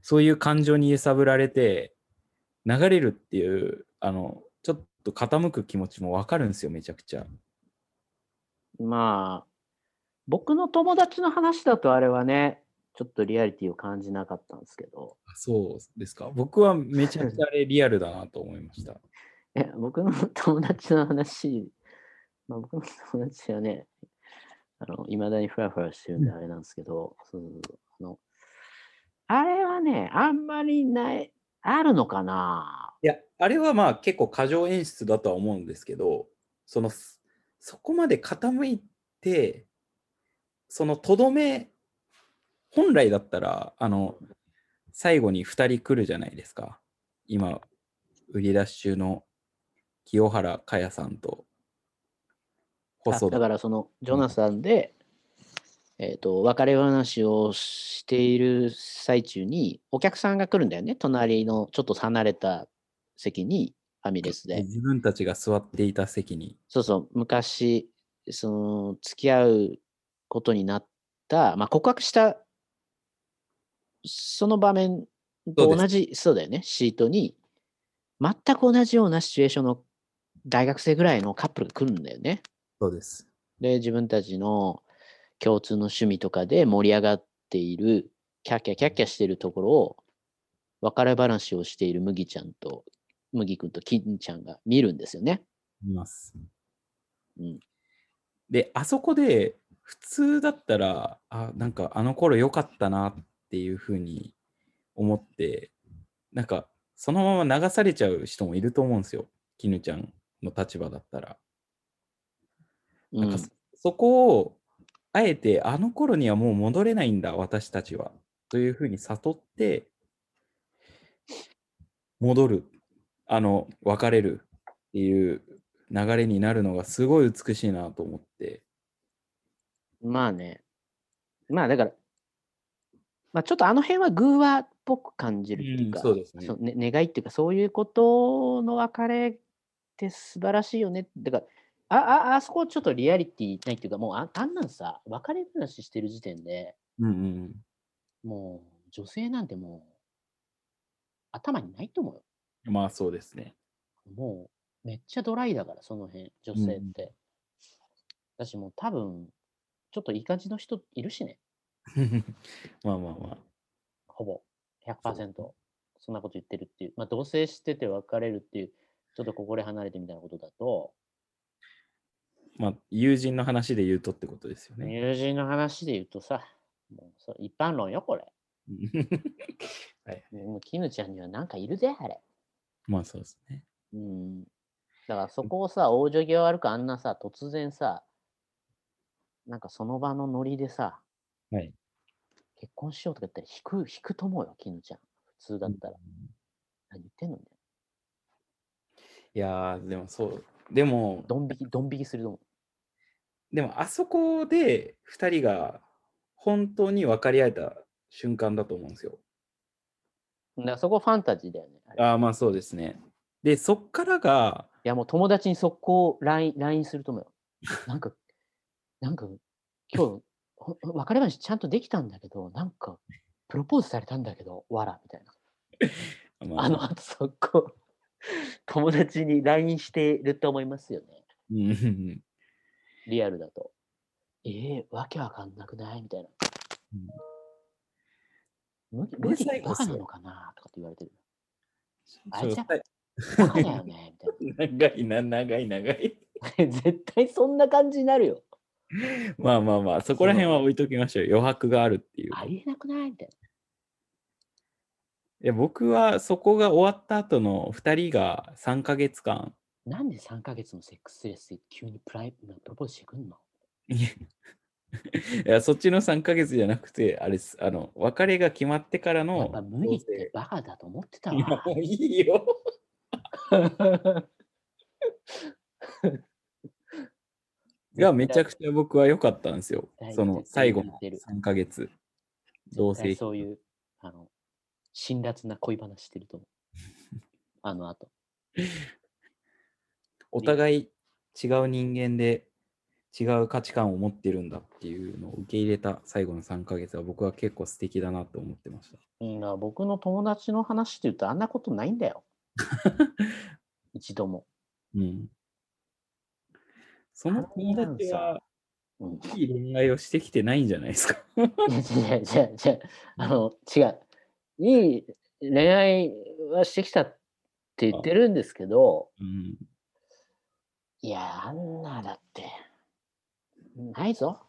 S3: そういう感情に揺さぶられて、流れるっていう、あの、ちょっと傾く気持ちもわかるんですよ、めちゃくちゃ。
S2: まあ、僕の友達の話だとあれはね、ちょっとリアリティを感じなかったんですけど、
S3: そうですか。僕はめちゃくちゃあれリアルだなと思いました。
S2: え僕の 友達の話、まあ、僕の友達はね、あの、いまだにフラフラしてるんであれなんですけど、そうそうそうあの、あれはね、あんまりない、あるのかない
S3: や、あれはまあ結構過剰演出だとは思うんですけど、その、そこまで傾いて、そのとどめ、本来だったら、あの、最後に2人来るじゃないですか。今、売り出し中の清原かやさんと
S2: あ
S3: 細
S2: だ
S3: 田。
S2: からそのジョナサンで、えっと別れ話をしている最中にお客さんが来るんだよね隣のちょっと離れた席にファミレスで、
S3: 自分たちが座っていた席に。
S2: そうそう昔その付き合うことになった、まあ、告白したその場面
S3: そう
S2: と
S3: です
S2: 同じそうだよねシートに全く同じようなシチュエーションの大学生ぐらいのカップルが来るんだよね。
S3: そうです。
S2: で、自分たちの共通の趣味とかで盛り上がっている、キャッキャキャッキャしてるところを、別れ話をしている麦ちゃんと、麦くんと金ちゃんが見るんですよね。
S3: います。
S2: うん
S3: で、あそこで普通だったら、あ、なんかあの頃良かったなっていうふうに思って、なんかそのまま流されちゃう人もいると思うんですよ。絹ちゃんの立場だったら。
S2: う
S3: なんか
S2: ん
S3: そそこを、あえてあの頃にはもう戻れないんだ、私たちは。というふうに悟って、戻る、あの、別れるっていう流れになるのがすごい美しいなと思って。
S2: まあね。まあだから、まあちょっとあの辺は偶話っぽく感じるっていう
S3: うん
S2: か、
S3: そうですね
S2: そうね願いっていうか、そういうことの別れって素晴らしいよね。だから、あああそこちょっとリアリティないっていうか、もうああんなんさ、別れ話してる時点で
S3: うんうん、
S2: もう女性なんてもう頭にないと思うよ。
S3: まあそうですね。
S2: もうめっちゃドライだから、その辺、女性って。私もう多分、ちょっといい感じの人いるしね。
S3: まあまあまあ。
S2: ほぼ100%そんなこと言ってるっていう、まあ、同棲してて別れるっていう、ちょっとここで離れてみたいなことだと、
S3: まあ、友人の話で言うとってことですよね。
S2: 友人の話で言うとさ、もうそう一般論よ、これ。もう、絹ちゃんにはなんかいるぜ、あれ。
S3: まあそうですね。
S2: うん。だからそこをさ、往生際悪くあんなさ、突然さ、なんかその場のノリでさ、
S3: はい。
S2: 結婚しようとか言ったら引く、引くと思うよ、絹ちゃん。普通だったら。何言ってんのね。
S3: いやー、でもそう。でも、
S2: ドン引き、ドン引きすると思う。
S3: でもあそこで2人が本当に分かり合えた瞬間だと思うんですよ。
S2: だからそこファンタジーだよね。あれい
S3: ああ、まあそうですね。で、そっからが、
S2: やもう友達に速攻 LINE, LINE すると思うよ。 なんか、なんか、今日、ほ ほ別れ話ちゃんとできたんだけど、なんか、プロポーズされたんだけど、わら、みたいな。
S3: ま
S2: あの後、速攻、 友達に LINE してると思いますよね。
S3: うんうん
S2: リアルだと。ええわけわかんなくないみたいな。む
S3: う
S2: ル
S3: る
S2: ギ
S3: さい
S2: ー
S3: こ
S2: バ
S3: っす
S2: カ
S3: よ
S2: なのかなとかって言われてる。あ
S3: ちょ
S2: れじゃ
S3: はい
S2: バカだよねみたいな。
S3: 長いな、長い、長い。
S2: 絶対そんな感じになるよ。
S3: まあまあまあ、そこら辺は置いときましょうよ。余白があるっていう。
S2: あ
S3: い
S2: りえなくないみたい
S3: や僕はそこが終わった後の2人が3ヶ月間、
S2: な。なんで3ヶ月のセックスレスで急にプライプロポーズしてくんの
S3: いやいやそっちの3ヶ月じゃなくて、あれです、あの、別れが決まってから
S2: や
S3: の
S2: っぱ無理っ
S3: 同棲
S2: てバカだと思ってた
S3: いや、も
S2: わ。
S3: ういいよ。 がめちゃくちゃ僕は良かったんですよ
S2: は。い
S3: その最後の
S2: 言ってる
S3: 3ヶ月。同
S2: 絶対
S3: 棲。
S2: そういう、あの、辛辣な恋話してると思う。あの後。
S3: お互い違う人間で違う価値観を持ってるんだっていうのを受け入れた最後の3ヶ月は僕は結構素敵だなと思ってました。
S2: うん、だから僕の友達の話って言うとあんなことないんだよ。一度も。
S3: うん。その友達は
S2: うん、
S3: いい恋愛をしてきてないんじゃないですか。
S2: いや違う違う違う。あの、違う。いい恋愛はしてきたって言ってるんですけど、
S3: うん。
S2: いや、あんなだって、ないぞ。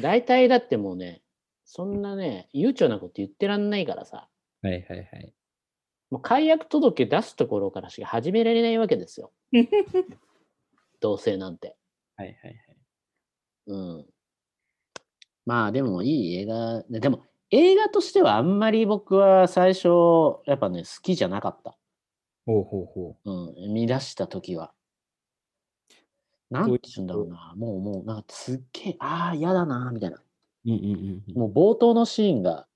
S2: 大体だってもうね、そんなね、悠長なこと言ってらんないからさ、
S3: はいはいはい。
S2: もう解約届出すところからしか始められないわけですよ。同棲なんて。
S3: はいはいはい。
S2: うん。まあでもいい映画で、でも映画としてはあんまり僕は最初、やっぱね、好きじゃなかった。
S3: ほうほうほ
S2: うん、見出した時は。なんて言うんだろうな。もうもう、なんかすっげえ、ああ、嫌だな、みたいな。
S3: う。うんうんうんうん。
S2: もう冒頭のシーンが、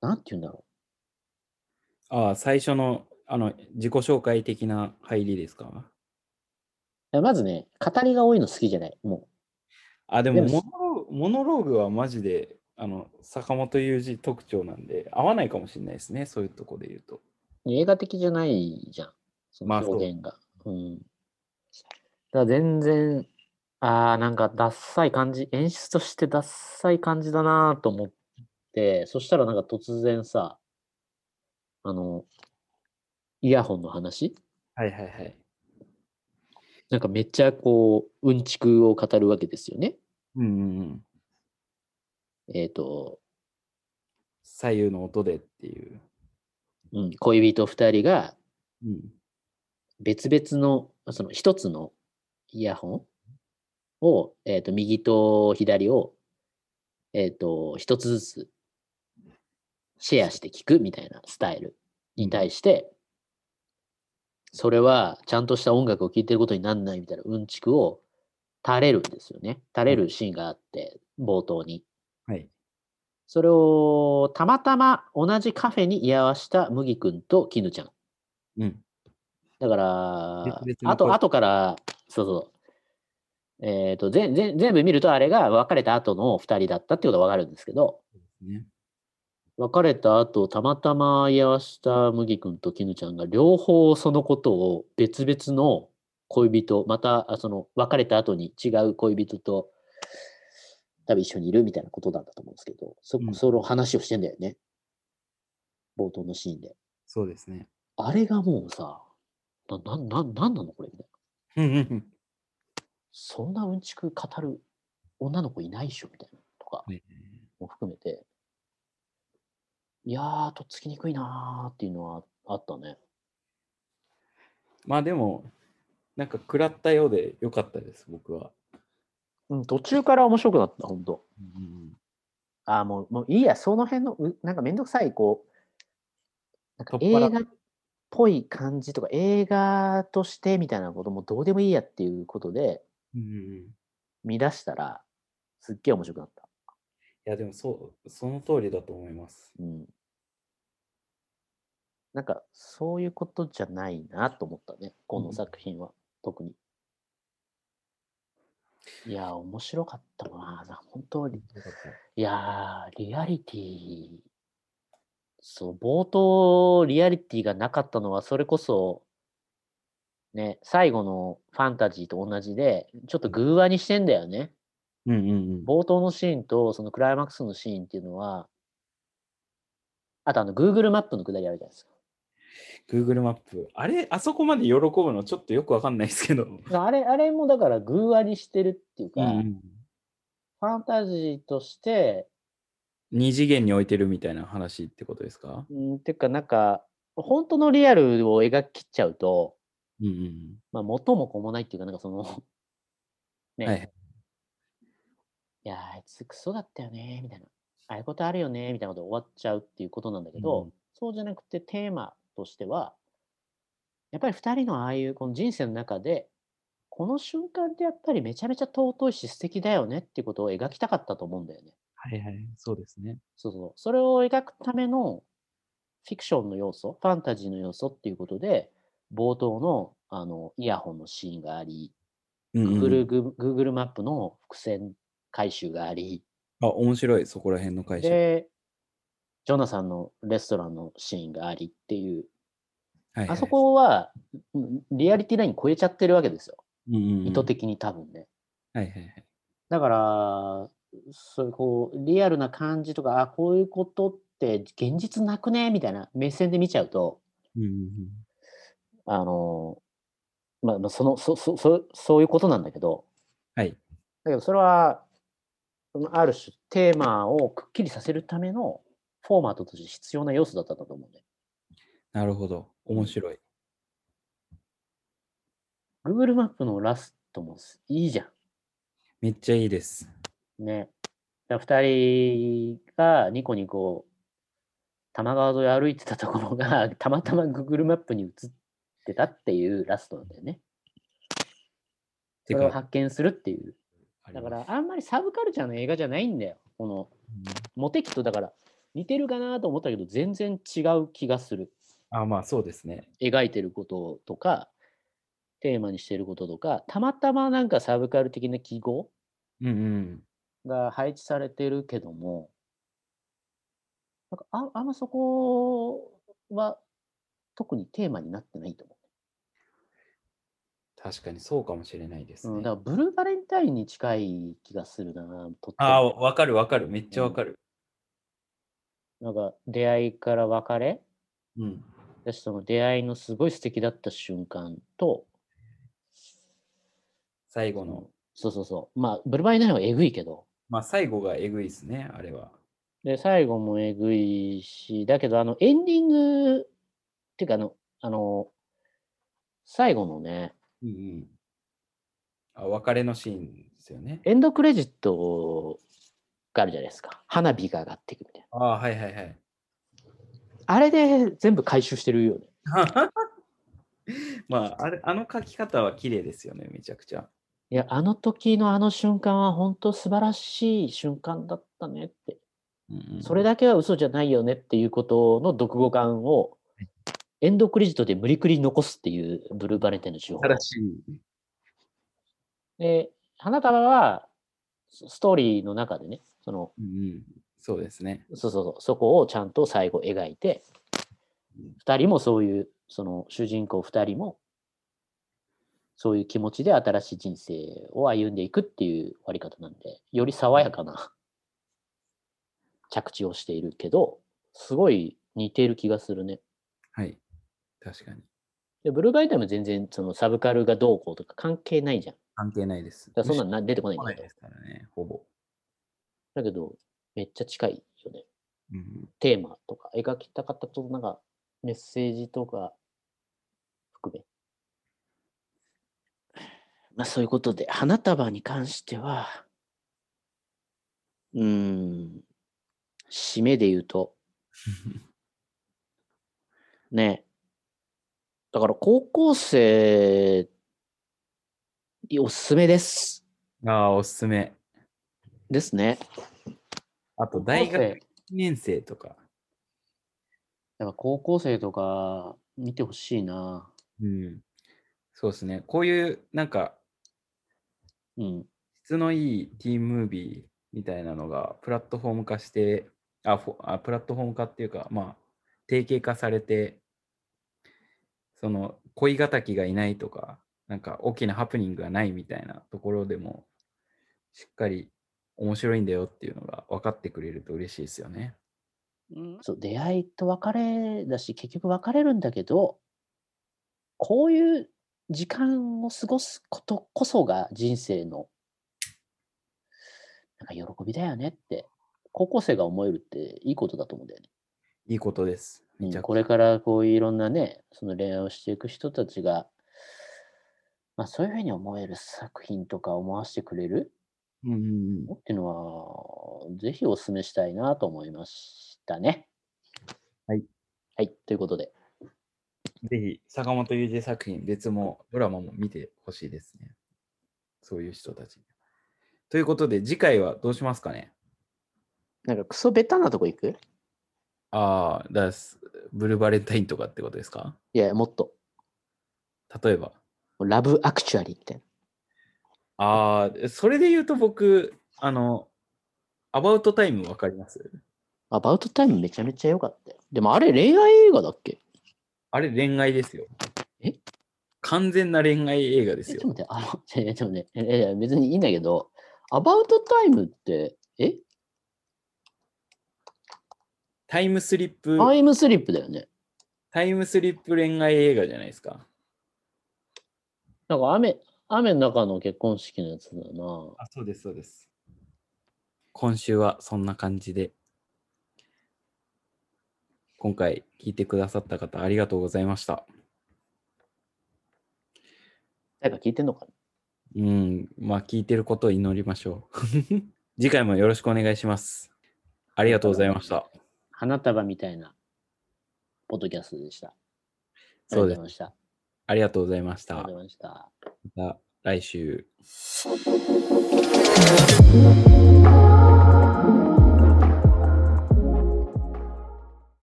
S2: なんて言うんだろ
S3: ああ、最初のあの自己紹介的な入りですか
S2: う。いやまずね、語りが多いの好きじゃない。も
S3: あ、でも
S2: でも
S3: モノローモノローグはマジであの坂本雄二特徴なんで合わないかもしれないですね、そういうとこで言うと。
S2: う、映画的じゃないじゃん。その
S3: まあそう
S2: 表現が。うん。だから全然、ああ、なんか、ダッサい感じ、演出としてダッサい感じだなと思って、そしたらなんか突然さ、あの、イヤホンの話
S3: はいはいはい。
S2: なんかめっちゃこう、うんちくを語るわけですよね。
S3: うんうんうん。
S2: えっ、と、
S3: 左右の音でっていう。
S2: うん、恋人二人が
S3: うん、
S2: 別々の、その一つのイヤホンを、えっ、と、右と左を、えっ、と、一つずつシェアして聞くみたいなスタイルに対して、それはちゃんとした音楽を聴いてることになんないみたいなうんちくを垂れるんですよね。垂れるシーンがあって、冒頭に。
S3: はい。
S2: それをたまたま同じカフェに居合わせた麦君と絹ちゃん。
S3: うん。
S2: だから
S3: 別、々の
S2: あと、
S3: 声
S2: 後から、そうそう。えっ、と、ぜんぜん全部見るとあれが別れた後の2人だったってことはわかるんですけど、
S3: ね、
S2: 別れた後、たまたま居合わせた麦君と絹ちゃんが両方そのことを別々の恋人、また、あその、別れた後に違う恋人と、多分一緒にいるみたいなことなんだと思うんですけど、そ、
S3: うん
S2: その話をしてんだよね。冒頭のシーンで。
S3: そうですね。
S2: あれがもうさ、な、な、な、なんなのこれみたいな。
S3: うん
S2: そんなうんちく語る女の子いないっしょみたいな。とか
S3: ね
S2: も含めて、いやー、とっつきにくいなーっていうのはあったね。
S3: まあでも、なんか食らったようでよかったです、僕は。
S2: うん、途中から面白くなった、本当ああ、もう、もういいや、その辺の、うなんかめんどくさい、こう、なんか
S3: 取っ払
S2: 映
S3: っ
S2: 画っぽい感じとか、映画としてみたいなこともどうでもいいやっていうことで、
S3: うんうんい
S2: 見出したら、すっげえ面白くなった。
S3: や、でもそう、その通りだと思います。
S2: うん。なんか、そういうことじゃないなと思ったね、こ
S3: う
S2: の
S3: ん
S2: 作品は、特に。いやー、面白かったな。な本当に。いやー、リアリティ、そう、冒頭、リアリティがなかったのは、それこそ、ね、最後のファンタジーと同じで、ちょっと偶話にしてんだよね。
S3: うんうんうん。
S2: 冒頭のシーンと、そのクライマックスのシーンっていうのは、あとあの、Google マップのくだりあるじゃないです
S3: Google マップ。あれ、あそこまで喜ぶのちょっとよくわかんないですけど。
S2: か。あれ、あれもだから偶話にしてるっていうか、
S3: うん
S2: ファンタジーとして、
S3: 二次元に置いてるみたいな話ってことですか
S2: うん、ていうかなんか、本当のリアルを描ききっちゃうと、
S3: うんうん
S2: まあ、元も子もないっていうか、なんかその、ね、、
S3: はいい
S2: やー、あいつクソだったよね、みたいな。ああいうことあるよね、みたいなことで終わっちゃうっていうことなんだけど、
S3: うん
S2: そうじゃなくてテーマとしては、やっぱり二人のああいうこの人生の中で、この瞬間ってやっぱりめちゃめちゃ尊いし素敵だよねっていうことを描きたかったと思うんだよね。
S3: はいはい、そうですね。
S2: そうそう。それを描くためのフィクションの要素、ファンタジーの要素っていうことで、冒頭のあのイヤホンのシーンがあり、
S3: うんうん
S2: Google, Gu- Google マップの伏線回収があり、
S3: あ、面白い、そこら辺の会社。はい
S2: で、ジョナさんのレストランのシーンがありっていう、
S3: はい
S2: あそ、こはうんリアリティライン超えちゃってるわけですよ。
S3: うんうんうん
S2: 意図的に多分ね。
S3: はいはいはい。
S2: だから、そういうこう、リアルな感じとか、あ、こういうことって現実なくねみたいな目線で見ちゃうと、
S3: うんうんうん
S2: あの、まあまあ、その、そ、そ、そ、そういうことなんだけど、
S3: はい。
S2: だけどそれは、そのある種テーマをくっきりさせるためのフォーマットとして必要な要素だったと思うね。
S3: なるほど。面白い。
S2: Google マップのラストもいいじゃ
S3: めっちゃいいです。
S2: ん。ね。だから二人がニコニコ多摩川沿い歩いてたところが たまたま Google マップに映ってたっていうラストなんだよね。そ
S3: て
S2: れを
S3: か、
S2: 発見するっていう。だか
S3: あ
S2: らあんまりサブカルチャーの映画じゃないんだよ。この
S3: ります
S2: モテキとだから似てるかなと思ったけど全然違う気がする。
S3: うんあ、まあそうですね。
S2: 描いてることとかテーマにしてることとかたまたまなんかサブカル的な記号
S3: うんうん。
S2: が配置されてるけどもなんかああんまそこは特にテーマになってないと思
S3: 確かにそうかもしれないです
S2: う、うん、
S3: ね。
S2: だからブルーバレンタインに近い気がするなとっても
S3: ああ、わかるわかる。めっちゃわかる。
S2: なんか出会いから別れ
S3: うん。
S2: だしその出会いのすごい素敵だった瞬間と
S3: 最後の。
S2: そうそうそうまあブルーバレンタインはえぐいけど
S3: まあ最後がえぐいですね、あれは。
S2: で、最後もえぐいし、だけど、あの、エンディング、っていうか、あの、あの、最後のね、
S3: うんうん。あ、別れのシーンですよね。
S2: エンドクレジットがあるじゃないですか。花火が上がっていくみたいな。
S3: ああ、はいはいはい。
S2: あれで全部回収してるよね。
S3: まあ、あれ、あの書き方は綺麗ですよね、めちゃくちゃ。
S2: いや、あの時のあの瞬間は本当素晴らしい瞬間だったねって。
S3: うんうん
S2: それだけは嘘じゃないよねっていうことの独語感を、エンドクレジットで無理くり残すっていうブルーバレンタインの手法。
S3: 正しい。
S2: で、花束は、スストーリーの中でね、その、
S3: うんうん。そうですね。
S2: そうそうそう、そこをちゃんと最後描いて、二人もそういう、その主人公二人も、そういう気持ちで新しい人生を歩んでいくっていう終わり方なんで、より爽やかな着地をしているけど、すごい似ている気がするね。
S3: はい。確かに。
S2: でブルーバイトも全然そのサブカルがどうこうとか関係ないじゃん。
S3: 関係ないです。
S2: だからそんなのな出てこないん
S3: む
S2: だ
S3: しろ来ない
S2: けど
S3: で。すからね、ほぼ。
S2: だけど、めっちゃ近いよね。
S3: うん、
S2: テーマとか、描きたかったこと、なんか、メッセージとか、含め。まあ、そういうことで、花束に関しては、うーん、締めで言う と、ねえだから、高校生におすすめです。
S3: ああ、おすすめ。
S2: ですね。
S3: あ
S2: 高
S3: と、
S2: 校
S3: 大学
S2: 生
S3: 1年生とか。
S2: やっぱ高校生とか見てほしいな。
S3: うん。そうですね。こういう、なんか、
S2: うん。
S3: 質のいいティーンムービーみたいなのが、プラットフォーム化して、あ、フォあプラットフォーム化っていうか、まあ、定型化されて、その、恋敵がいないとか、なんか、大きなハプニングがないみたいなところでも、しっかり面白いんだよっていうのが分かってくれると嬉しいですよね。
S2: そう、出会いと別れだし、結局別れるんだけど、こういう時間を過ごすことこそが人生の、なんか喜びだよねって、高校生が思えるっていいことだと思うんだよね。
S3: いいことです。めち
S2: う
S3: ゃ
S2: ん
S3: くち
S2: これからこういろんなね、その恋愛をしていく人たちが、まあそういうふうに思える作品とか思わせてくれる
S3: ゃ。うんうんうん
S2: のっていうのは、ぜひお勧めしたいなと思いましたね。
S3: はい。
S2: はい、ということで。
S3: ぜひ、坂本雄二作品、別もドラマも見てほしいですね。そういう人たちに。ということで、次回はどうしますかね
S2: なんかクソベタなとこ行く
S3: ああ、だすブルーバレンタインとかってことですか
S2: いや、もっと。
S3: 例えば。
S2: ラブアクチュアリーみたいな。
S3: ああ、それで言うと僕、あの、アバウトタイムわかります
S2: アバウトタイムめちゃめちゃ良かったよ。でもあれ恋愛映画だっけ
S3: あれ恋愛ですよ。
S2: え
S3: 完全な恋愛映画で
S2: え
S3: す
S2: ちょ
S3: よ。
S2: っと待って、あの、 ちょいやちょっとね、いやいや別にいいんだけど、アバウトタイムって、え
S3: タイムスリップ、
S2: タイムスリップだよね。
S3: タイムスリップ恋愛映画じゃないですか。
S2: なんか雨、雨の中の結婚式のやつだな。
S3: あ、そうです、そうです。今週はそんな感じで。今回聞いてくださった方ありがとうございました。
S2: 誰か聞いてんのかな
S3: うん、まあ聞いてることを祈りましょう。 次回もよろしくお願いします。ありがとうございました。
S2: 花束みたいな、ポッドキャストでした。ありがと
S3: そ
S2: う
S3: う
S2: ご
S3: で
S2: ざい
S3: す。
S2: ました。
S3: ありがとうございまし
S2: あり
S3: た。
S2: がとう
S3: ま
S2: ございました。
S3: た来週。